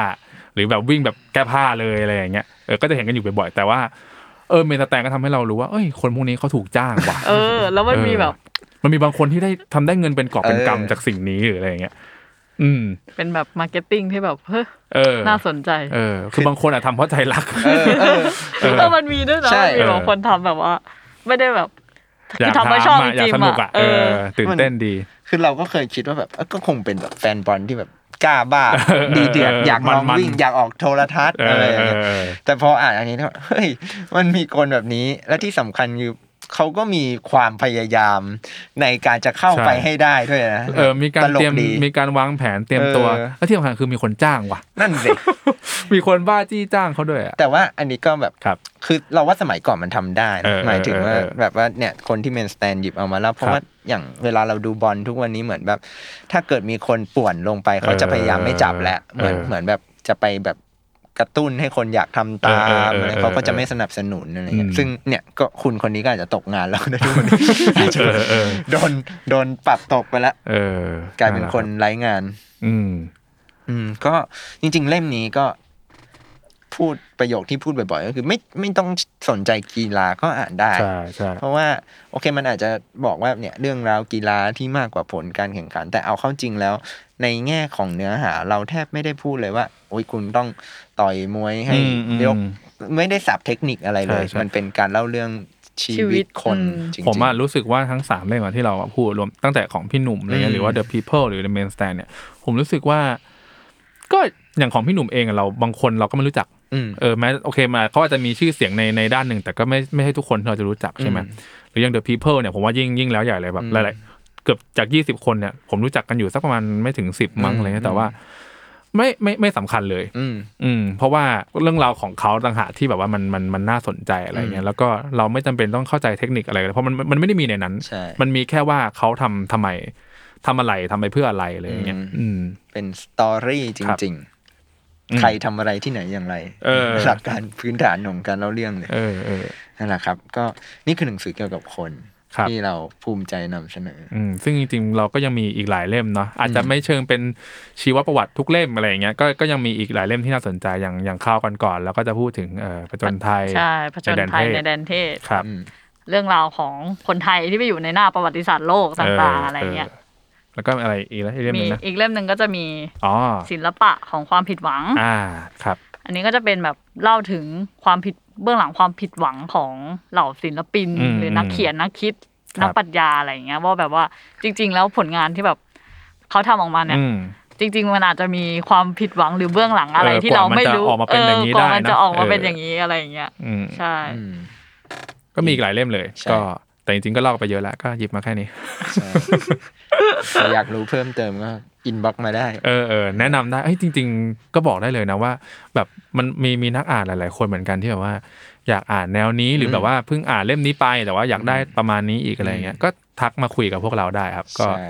Speaker 2: หรือแบบวิ่งแบบแก้ผ้าเลยอะไรอย่างเงี้ยเออก็จะเห็นกันอยู่บ่อยๆแต่ว่าเออเมตาแตงก็ทำให้เรารู้ว่าเอ้ยคนพวกนี้เขาถูกจ้างว่ะ
Speaker 3: เออ แล้วมันมีแบบ
Speaker 2: มันมีบางคนที่ได้ทำได้เงินเป็นกอบเป็นกำ
Speaker 1: เออ
Speaker 2: จากสิ่งนี้หรืออะไรอย่างเงี้ย อืม
Speaker 3: เป็นแบบมาร์เก็ตติ้งที่แบบเฮ้ย
Speaker 2: เออ
Speaker 3: น่าสนใจ
Speaker 2: เออ คือบางคนอะทำเพราะใจรั ก
Speaker 1: เออเออ
Speaker 2: เออ
Speaker 3: เออมันมีด้วยนะ
Speaker 1: ใช่
Speaker 3: มันมีบางคนทำแบบว่า ไม่ได้แบบ
Speaker 2: อยาก
Speaker 3: ทำไม่ชอบ
Speaker 2: ทำอะอ
Speaker 3: จ
Speaker 2: ยาก
Speaker 3: ริง
Speaker 2: ส
Speaker 3: ๆ
Speaker 2: นุก
Speaker 3: อ่ะ
Speaker 2: อะเออ ตื่นเต้นดี
Speaker 1: คือเราก็เคยคิดว่าแบบเอ้ยก็คงเป็นแบบแฟนบอลที่แบบกล้า บ้า ดีเดือด
Speaker 2: เออ
Speaker 1: อยากลอง
Speaker 2: มันๆ
Speaker 1: วิ่งอยากออกโทรทัศน์
Speaker 2: เอ
Speaker 1: อะไร
Speaker 2: อ
Speaker 1: อย่าง
Speaker 2: เอ
Speaker 1: เงี้ย
Speaker 2: อเออ
Speaker 1: แต่พออ่านอันนี้แล้วเฮ้ย มันมีคนแบบนี้ และที่สำคัญคือเขาก็มีความพยายามในการจะเข้า
Speaker 2: ใช่
Speaker 1: ไปให้ได้ด้วยนะ
Speaker 2: เออ มีการ
Speaker 1: ตล
Speaker 2: เตรียม
Speaker 1: ดี
Speaker 2: มีการวางแผนเตรียมตัว
Speaker 1: เออ
Speaker 2: แล้วที่สำคัญคือมีคนจ้าง ว่ะ
Speaker 1: นั่นสิ
Speaker 2: มีคนบ้าจี้จ้างเขาด้วยอะ
Speaker 1: แต่ว่าอันนี้ก็แบบ
Speaker 2: ครับ
Speaker 1: คือเราว่าสมัยก่อนมันทำได้
Speaker 2: เอ
Speaker 1: นะ
Speaker 2: อ
Speaker 1: หมายถึงว่า
Speaker 2: เออเออ
Speaker 1: แบบว่าเนี่ยคนที่เมนสแตนหยิบเอามาแล้วเพ
Speaker 2: ครั
Speaker 1: ราะ
Speaker 2: บ
Speaker 1: ว่าอย่างเวลาเราดูบอลทุกวันนี้เหมือนแบบ ถ้าเกิดมีคนป่วนลงไปเขาจะพยายามไม่จับแหละ
Speaker 2: เอ
Speaker 1: เหมือน
Speaker 2: อเออ
Speaker 1: เหมือนแบบจะไปแบบกระตุ้นให้คนอยากทำตา
Speaker 2: เอ
Speaker 1: ม
Speaker 2: อเออเออ
Speaker 1: อะไรเขาก็จะไม่สนับสนุนอะไรเงี้
Speaker 2: อื
Speaker 1: ย
Speaker 2: ม
Speaker 1: ซึ่งเนี่ยก็คุณคนนี้ก็อาจจะตกงานแล้วนะทุกคน
Speaker 2: เออเออ
Speaker 1: โดนโดนปรับตกไปแล้ว
Speaker 2: เออก
Speaker 1: ลายเป็นคนไร้งาน
Speaker 2: อืม
Speaker 1: อืมก็จริง ๆ เล่มนี้ก็ พูดประโยคที่พูดบ่อยๆ ก็คือไม่ไม่ต้องสนใจกีฬาก็อ่านได้
Speaker 2: ใช่ใช่
Speaker 1: เพราะว่า โอเคมันอาจจะบอกว่าเนี่ยเรื่องราวกีฬาที่มากกว่าผลการแข่งขัน แต่เอาเข้าจริงแล้ว ในแง่ของเนื้อหา เราแทบไม่ได้พูดเลยว่า โอ้ยคุณต้องต่อยมวยให้
Speaker 2: อืมอืม
Speaker 1: ยกไม่ได้สับเทคนิคอะไรเลย
Speaker 2: ใช่ใช่
Speaker 1: มันเป็นการเล่าเรื่องชี
Speaker 3: ชี
Speaker 1: วิ
Speaker 3: วิ
Speaker 1: ต
Speaker 3: ต
Speaker 1: คน
Speaker 3: อืม
Speaker 1: จริงๆ
Speaker 2: ผมอะรู้สึกว่าทั้งสามเล่มอะที่เราอะพูดรวมตั้งแต่ของพี่หนุ่มอะไร
Speaker 1: อื
Speaker 2: เงี้
Speaker 1: ม
Speaker 2: ยหรือว่า The People หรือ The Main Stand เนี่ยผมรู้สึกว่า ก็อย่างของพี่หนุ่มเองอะเราบางคนเราก็ไม่รู้จัก
Speaker 1: อืม
Speaker 2: เออแม้โอเคมาเขาอาจจะมีชื่อเสียงในในด้านหนึ่ง แต่ก็ไม่ไม่ให้ทุกคนที่เราจะรู้จักใช่ไหมหรืออย่าง The People เนี่ยผมว่ายิ่งยิ่งแล้วใหญ่เลยแบบ
Speaker 1: อืม
Speaker 2: หลายๆเกือบจาก 20 คนเนี่ยผมรู้จักกันอยู่สักประมาณไม่ถึง 10 มั้ง
Speaker 1: อืม
Speaker 2: อะไรเลยแต่ว่า ไม่ไม่ไม่สำคัญเลย
Speaker 1: อืม
Speaker 2: อืมเพราะว่าเรื่องราวของเขาต่างหากที่แบบว่ามันมันมันน่าสนใจอะไรเงี้ยแล้วก็เราไม่จำเป็นต้องเข้าใจเทคนิคอะไรเลยเพราะมันมันไม่ได้มีในนั้น
Speaker 1: ใช่
Speaker 2: มันมีแค่ว่าเขาทำทำไมทำอะไรทำไปเพื่ออะไรอะไรเงี้ย
Speaker 1: อืม
Speaker 2: อืม
Speaker 1: เป็นสตอรี่จ
Speaker 2: ครับ
Speaker 1: ริง
Speaker 2: อืม
Speaker 1: ๆ ใครทำอะไรที่ไหนอย่างไร
Speaker 2: เออ
Speaker 1: หลักการพื้นฐานของการเล่าเรื่องเลย
Speaker 2: เออเออ
Speaker 1: นั่นแหละครับ ก็นี่คือหนังสือเกี่ยวกับคน
Speaker 2: ครับ
Speaker 1: ที่เราภูมิใจนำเสนอ
Speaker 2: อืมซึ่งจริงๆเราก็ยังมีอีกหลายเล่มเนาะอาจจะไม่เชิงเป็นชีวประวัติทุกเล่มอะไรเงี้ยก็ก็ยังมีอีกหลายเล่มที่น่าสนใจอย่างอย่างข้าวกันก่อนๆแล้วก็จะพูดถึงเอ่อประจนไทย
Speaker 3: ใช่ผจญภัยใน
Speaker 2: แด
Speaker 3: แด
Speaker 2: นเทพ
Speaker 3: นเทศ
Speaker 2: ครับ
Speaker 3: เรื่องราวของคนไทยที่ไปอยู่ในหน้าประวัติศาสตร์โลกต่างๆอะไรเงี้ย
Speaker 2: แล้วก็อะไรอีกแล้วอีกเล่มหนึ
Speaker 3: มี
Speaker 2: งนะ
Speaker 3: อีกเล่มหนึ่งก็จะมี
Speaker 2: อ๋อ
Speaker 3: ศิลปะของความผิดหวัง
Speaker 2: อ่าครับ
Speaker 3: อันนี้ก็จะเป็นแบบเล่าถึงความผิดเบื้องหลังความผิดหวังของเหล่าศิลปิน
Speaker 2: อืม
Speaker 3: หรือนักเขียนนักคิด
Speaker 2: ครับ
Speaker 3: นักปรัชญาอะไรอย่างเงี้ยว่าแบบว่าจริง ๆ แล้วผลงานที่แบบเขาทำออกมาเนี่ย
Speaker 2: อืม
Speaker 3: จริงๆมันอาจจะมีความผิดหวังหรือเบื้องหลังอะไร
Speaker 2: เออ
Speaker 3: ที่เราไม่รู้
Speaker 2: กว่ามันจะออกมาเป็นอย่างนี้
Speaker 3: กว่า
Speaker 2: ได้นะ
Speaker 3: มันจะออกมา
Speaker 2: เออ
Speaker 3: เป็นอย่างนี้อะไรอย่างเงี้ย
Speaker 2: อืม
Speaker 3: ใช่
Speaker 1: อืม
Speaker 2: ก็มีอีกหลายเล่มเลย
Speaker 1: ใช่
Speaker 2: ก็แต่จริงๆ ก็เล่าไปเยอะแล้ว ก็หยิบมาแค่นี้
Speaker 1: ใช่ใค รอยากรู้เพิ่มเติมก็อินบ็อกมาได้
Speaker 2: เออเออแนะนำได้เอ้ยจริง ๆ ก็บอกได้เลยนะว่า แบบมันมีมีนักอ่านหลาย ๆ คนเหมือนกันที่แบบว่า อยากอ่านแนวนี้หรือแบบว่าเพิ่งอ่านเล่มนี้ไป แต่ว่าอยากได้ประมาณนี้อีกอะไรเงี้ยก็ทักมาคุยกับพวกเราได้ครับ ก็
Speaker 1: ใช่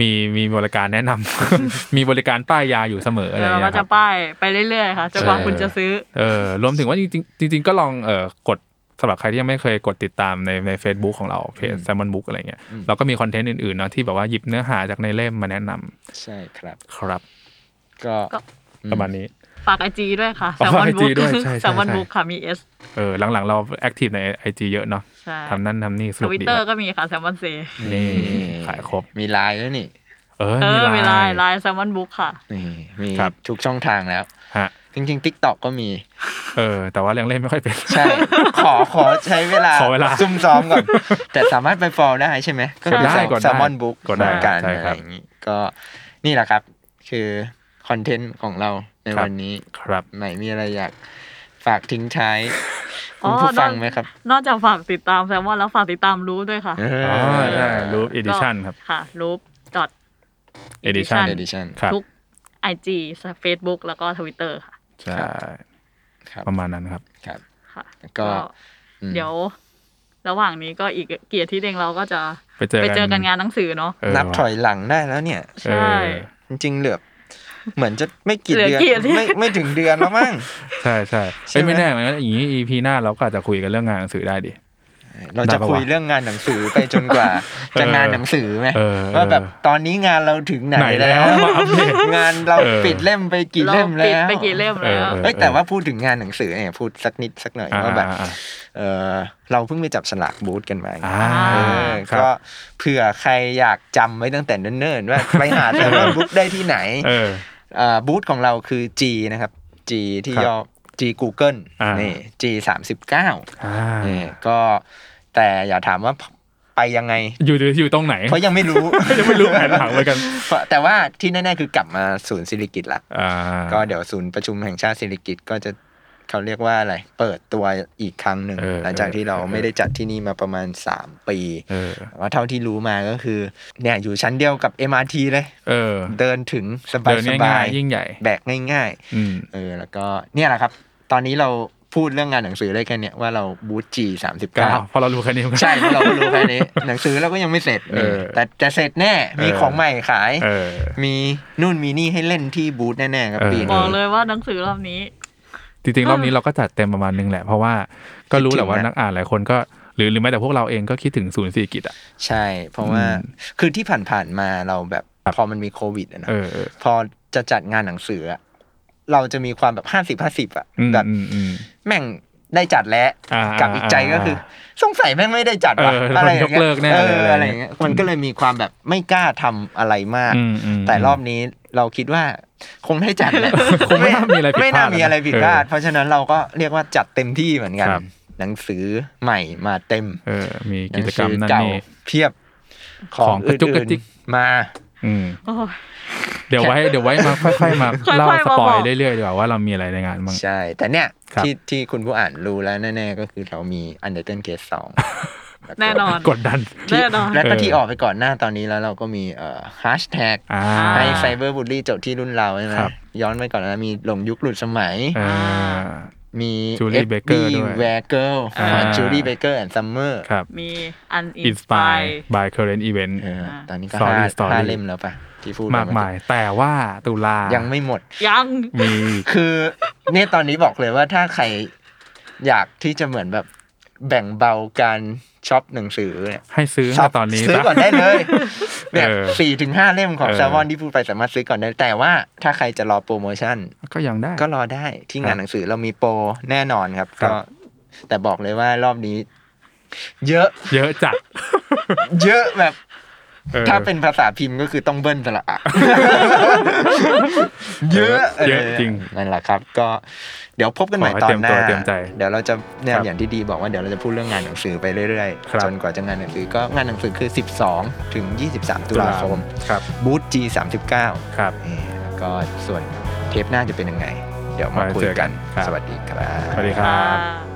Speaker 2: มีมีบริการแนะนำ มีบริการป้ายยาอยู่เสมออะไร
Speaker 3: แล้วเรา
Speaker 2: เงี้
Speaker 3: ก็
Speaker 2: ยค
Speaker 3: จะ
Speaker 2: รับ
Speaker 3: ป้ายไปเรื่อยๆค่ะจนกว่าคุณจะซื้อ
Speaker 2: เออรวมถึงว่าจริงๆจริง ๆ ก็ลองเออกดสำหรับใครที่ยังไม่เคยกดติดตามในใน Facebook ของเราเพจ Salmon Book อะไรเงี้ยเราก็มีคอนเทนต์อื่นๆเนอะที่แบบว่าหยิบเนื้อหาจากในเล่มมาแนะนำ
Speaker 1: ใช่ครับ
Speaker 2: ครับ
Speaker 1: ก็
Speaker 3: ก็
Speaker 2: ประมาณนี้
Speaker 3: ฝากไอจีด้วยค่ะ
Speaker 2: อ๋อ
Speaker 3: แซมมอนบุ๊
Speaker 2: ฝาก IG
Speaker 3: ก
Speaker 2: ด้วยใช่ใช่
Speaker 3: แซมมอน
Speaker 2: ใช่
Speaker 3: บุ๊กค่ะมีเอส
Speaker 2: เออหลังๆเราแอคทีฟใน IG เยอะเนาะ
Speaker 3: ใช่
Speaker 2: ทำนั่นทำนี่ส
Speaker 3: ท
Speaker 2: นุก
Speaker 3: วิต
Speaker 2: ดี
Speaker 3: เตอ
Speaker 2: ค
Speaker 3: ร์
Speaker 2: รับ
Speaker 3: ก็มีค่ะแซมมอนเซ
Speaker 2: นี่ขายครบ
Speaker 1: มีไลน์ด้วยนี่
Speaker 2: เออ
Speaker 3: เออ
Speaker 2: มี
Speaker 3: มี
Speaker 2: ไล
Speaker 3: ไล
Speaker 2: น์
Speaker 3: น์ไลน์แซมมอนบุ๊กค่ะ
Speaker 1: นี่มี
Speaker 2: ครับ
Speaker 1: ทุกช่องทางแล้ว
Speaker 2: ฮะ
Speaker 1: จริงๆ t ิ k t o k ก็มี
Speaker 2: เออ แต่ว่ายังเล่นไม่ค่อยเป็น
Speaker 1: ใช่ ขอขอใช้เวลา
Speaker 2: ขอเวลา
Speaker 1: ซุ่มซ้อมก่อน แต่สามารถไปฟอลได้ใช่ไหมก็คื
Speaker 2: ได้กดได้
Speaker 1: แซลมอนบุ๊ก
Speaker 2: กดได้
Speaker 1: กัน
Speaker 2: ใช่
Speaker 1: อะ
Speaker 2: ครั
Speaker 1: ไร
Speaker 2: บ
Speaker 1: อย่างนี้ก็นี่แหละครับ คือคอนเทนต์ของเราใน
Speaker 2: ครับ
Speaker 1: วันนี้
Speaker 2: ครับ
Speaker 1: ไหนมีอะไรอยากฝากทิ้งท้าย คุณผู้ฟังไหมครับ
Speaker 3: นอกจากฝากติดตามแซมว่าแล้วฝากติดตามรู้ด้วยค่ะ
Speaker 1: เอ
Speaker 2: อ๋อ
Speaker 1: อ
Speaker 2: ใช่รูปเอดิชันครับ
Speaker 3: ค่ะรูปดอท
Speaker 2: edition
Speaker 1: edition
Speaker 2: ครับ
Speaker 3: ทุก IG Facebook แล้วก็ Twitter ค่ะ
Speaker 2: ใช่
Speaker 1: ครับ
Speaker 2: ประมาณนั้นครับ
Speaker 1: ครับ
Speaker 3: ค่ะ
Speaker 1: ก็ อืม
Speaker 3: เดี๋ยว ระหว่างนี้ก็อีกเกียรติที่เดงเราก็จะ
Speaker 2: ไปเจอ
Speaker 3: ไปเจอกันงานหนังสือเนาะ
Speaker 2: เว่ะ
Speaker 1: นับถอยหลังได้แล้วเนี่ย
Speaker 2: เอ
Speaker 3: ใช่
Speaker 2: อ
Speaker 1: จริงๆเหลือเหมือนจะไม่กี่
Speaker 3: เหลือ
Speaker 1: เดือน
Speaker 3: กี่อาทิตย์
Speaker 1: ไม่ไม่ถึงเดือนแล้วมั้ง
Speaker 2: ใช่ใช่
Speaker 1: ใช่
Speaker 2: เอ้ย
Speaker 1: ไหม
Speaker 2: ไม่แน่เหมือนกันอย่างนี้ EP หน้าเราก็อาจจะคุยกันเรื่องงานหนังสือได้ดิ
Speaker 1: เราจะคุยเรื่องงานหนังสือไปจนกว่า จะงานหนังสือไหม
Speaker 2: เออ
Speaker 1: ว่าแบบตอนนี้งานเราถึงไหน
Speaker 2: ไหนแล้
Speaker 1: แล้ว ว
Speaker 2: มาอัปเดต
Speaker 1: งานเรา
Speaker 2: เออ
Speaker 1: ปิดเล่มไปกี่
Speaker 3: เรา
Speaker 1: เล่ม
Speaker 3: ปิด
Speaker 1: แล้ว
Speaker 3: ไปกี่เล่ม
Speaker 2: เออเอ
Speaker 3: แล้ว
Speaker 2: อ
Speaker 1: เอ้ยแต่ว่าพูดถึงงานหนังสือเนี่ยพูดสักนิดสักหน่อย
Speaker 2: อ่า
Speaker 1: ว่าแบบ
Speaker 2: อ่า
Speaker 1: เออเราเพิ่งไปจับฉลากบูธกันมา
Speaker 2: อ่า
Speaker 1: เออ
Speaker 2: ครับ
Speaker 1: ก็เผื่อใครอยากจำไว้ตั้งแต่เนิ่นๆว่าไปหาแต่ว่าบุ๊กได้ที่ไหน
Speaker 2: เออ
Speaker 1: เอ่อบูธของเราคือ G นะครับ G ที่
Speaker 2: ครับ
Speaker 1: ย่อ G Google
Speaker 2: อ่านี่
Speaker 1: นี่ G สามสิบเก้า
Speaker 2: อ่า
Speaker 1: เออก็แต่อย่าถามว่าไปยังไง
Speaker 2: อยู่อยู่ตรงไหน
Speaker 1: เพราะยังไม่รู้
Speaker 2: ยังไม่รู้แผนผังเหมือนกัน
Speaker 1: เพราะแต่ว่าที่แน่ๆคือกลับมาศูนย์ศิริกิตละ
Speaker 2: อ่า
Speaker 1: ก็เดี๋ยวศูนย์ประชุมแห่งชาติศิริกิตก็จะเขาเรียกว่าอะไร เปิดตัวอีกครั้งหนึ่ง
Speaker 2: เออ
Speaker 1: หลังจากที่เรา
Speaker 2: เออ
Speaker 1: ไม่ได้จัดที่นี่มาประมาณ 3 ปี
Speaker 2: เออ
Speaker 1: แต่ว่าเท่าที่รู้มาก็คือ เนี่ยอยู่ชั้นเดียวกับ MRT เลย
Speaker 2: เออ
Speaker 1: เดินถึงสบา
Speaker 2: เดิ
Speaker 1: ย
Speaker 2: น
Speaker 1: ส
Speaker 2: ง่า
Speaker 1: บาย ย
Speaker 2: ๆยิ่งใหญ่
Speaker 1: แบกง่าย
Speaker 2: อืม
Speaker 1: ๆ เออแล้วก็เนี่ยแหละครับ ตอนนี้เราพูดเรื่องงานหนังสือได้แค่เนี้ยว่าเราบูธจีสามสิบ
Speaker 2: กล้า
Speaker 1: เก้า
Speaker 2: พอเรารู้แค่นี้มันก็
Speaker 1: ใช่เพราะเราก็รู้แค่นี้ หนังสือเราก็ยังไม่เสร็จ
Speaker 2: เออ
Speaker 1: แต่จะเสร็จแน่ มี
Speaker 2: เออ
Speaker 1: ของใหม่ขาย
Speaker 2: เออ
Speaker 1: มีนู่นมีนี่ให้เล่นที่บูธแน่ๆครับ
Speaker 2: เออ
Speaker 1: ปี
Speaker 3: บอ
Speaker 1: นี้
Speaker 3: กเลยว่าหนังสือรอบนี้
Speaker 2: จริงๆรอบนี้เราก็จัดเต็มประมาณนึงแหละ เพราะว่าก็รู้แหละว่านักอ่านหลายคนก็ หรือหรือแม้แต่พวกเราเองก็คิดถึงศูนย์สี่กิจอ่ะ
Speaker 1: ใช่ เพราะว่า
Speaker 2: อืม
Speaker 1: คือที่ผ่านๆมาเราแบบพอมันมีโควิดอะนะ
Speaker 2: เออเออ
Speaker 1: พอจะจัดงานหนังสืออะเราจะมีความแบบห้าสิบห้าสิบอะ
Speaker 2: อืม
Speaker 1: แบบ
Speaker 2: อืมอืม
Speaker 1: แม่งได้จัดแล้ว
Speaker 2: อ่า
Speaker 1: กับอีกใจก็คือ สงสัยแม่งไม่ได้จัดว่ะ
Speaker 2: เออ
Speaker 1: อะไรอย่างเงี้
Speaker 2: มั
Speaker 1: ย
Speaker 2: นยกเลิกแน่
Speaker 1: เอ
Speaker 2: เลย
Speaker 1: อ
Speaker 2: อะ
Speaker 1: อะไร ไรอย่
Speaker 2: อา
Speaker 1: ย่าง ง
Speaker 2: เงี้
Speaker 1: เงี้
Speaker 2: ย
Speaker 1: ยมันก็เลยมีความแบบไม่กล้าทำอะไรมาก
Speaker 2: อืมอืม
Speaker 1: แต่รอบนี้เราคิดว่าคงได้จัดแหละ
Speaker 2: คงไม่น่ามีอะไรผิดพลาด
Speaker 1: ไม่น่ามีอะไรผิดพลาด
Speaker 2: เออ
Speaker 1: เพราะฉะนั้นเราก็เรียกว่าจัดเต็มที่เหมือนกัน
Speaker 2: ครับ
Speaker 1: หนังสือใหม่มาเต็ม
Speaker 2: เออ มีกิจกรรมนั่น
Speaker 1: หงสือเา
Speaker 2: นี่
Speaker 1: เพียบข
Speaker 2: ข
Speaker 1: อ
Speaker 2: อง
Speaker 1: ง
Speaker 2: กระจุกกระ
Speaker 1: อื่น
Speaker 2: จิก
Speaker 1: ๆมา
Speaker 2: อืม
Speaker 3: โอ้ย
Speaker 2: เดี๋ยวไว้ เดี๋ยวไว้มาค่อยๆมา
Speaker 3: ค่อยๆ
Speaker 2: เล่า
Speaker 3: มา
Speaker 2: ส
Speaker 3: บอก
Speaker 2: ปอยเรื่อยๆดีกว่าว่าเรามีอะไรในงานบ้าง
Speaker 1: ใช่ แต่เนี่ย
Speaker 2: ครับ
Speaker 1: ที่ที่คุณผู้อ่านรู้แล้วแน่ๆ ก็คือเรามี Undertale Case 2
Speaker 3: แน่นอน
Speaker 2: กดดัน
Speaker 3: แน่นอน
Speaker 1: และก็
Speaker 2: เออ
Speaker 1: ที่ออกไปก่อนหน้าตอนนี้แล้วเราก็มีเอ่อ hashtag
Speaker 2: อ่า
Speaker 1: ให้ไซเบอร์บูลลี่จบที่รุ่นเราใช่ไหม
Speaker 2: ครับ
Speaker 1: ย้อนไปก่อนนะมีหลงยุคหลุดสมัย
Speaker 2: เออ
Speaker 1: มี
Speaker 2: Julie Baker ด้วย
Speaker 1: แวร์เกิล
Speaker 2: อ่า
Speaker 1: จูลี่เบเกอร์แอนด์ซัมเมอร์
Speaker 2: ครับ
Speaker 3: มีอันอินสปาย
Speaker 2: inspired by current event
Speaker 1: ตอนนี้ก็
Speaker 2: Story
Speaker 1: ห้า
Speaker 2: Story
Speaker 1: ห้าเล่มแล้วปะที่พูด
Speaker 2: มากมาย แต่ว่าตุลายั
Speaker 1: ยังไม่หมด
Speaker 3: ยัง
Speaker 2: มี
Speaker 1: คือเนี่ยตอนนี้บอกเลยว่าถ้าใครอยากที่จะเหมือนแบบแบ่งเบาการช็อปหนังสือเนี่ย
Speaker 2: ให้ซื้อ
Speaker 1: ช็อป
Speaker 2: ตอนนี้
Speaker 1: ซื้อ
Speaker 2: ปะ
Speaker 1: ก่อนได้ เลยแบบ
Speaker 2: เออ
Speaker 1: สี่ถึงห้าเล่มของ
Speaker 2: เออ
Speaker 1: แซลมอนที่พูดไปสามารถซื้อก่อนได้ แต่ว่าถ้าใครจะรอโปรโมชั่น
Speaker 2: ก็ยังได้
Speaker 1: ก็รอได้ที่งานหนังสือเรามีโปรแน่นอนครับ
Speaker 2: ครับ
Speaker 1: ก็ แต่บอกเลยว่ารอบนี้ เยอะ
Speaker 2: เยอะจัด
Speaker 1: เยอะแบบ
Speaker 2: ออ
Speaker 1: ถ้าเป็นภาษาพิมพ์ก็คือต้องเบิ้ลสระอะ เยอะ
Speaker 2: เยอะจริง
Speaker 1: นั่นแหละครับ ก็เดี๋ยวพบกันใหม่
Speaker 2: ขอให้
Speaker 1: ตอน
Speaker 2: เตรียม
Speaker 1: ห
Speaker 2: ตัว
Speaker 1: น้า
Speaker 2: เตรียมใจ
Speaker 1: เดี๋ยวเราจะเนี่ย
Speaker 2: ครับ
Speaker 1: อย่างที่ดีบอกว่าเดี๋ยวเราจะพูดเรื่องงานหนังสือไปเรื่อย
Speaker 2: ครั
Speaker 1: ๆ จ
Speaker 2: บ
Speaker 1: นกว่าจะงานหนังสือก็งานหนังสือคือ 12 ถึง 23 ตุลาคม
Speaker 2: ครับ
Speaker 1: บูธ G39
Speaker 2: ครับ
Speaker 1: แล้วก็ส่วนเทปหน้าจะเป็นยังไง เดี๋ยวมาคุยกัน
Speaker 2: ครับ
Speaker 1: สวัสดีครับ
Speaker 2: สวัสดีครับ
Speaker 3: อ่า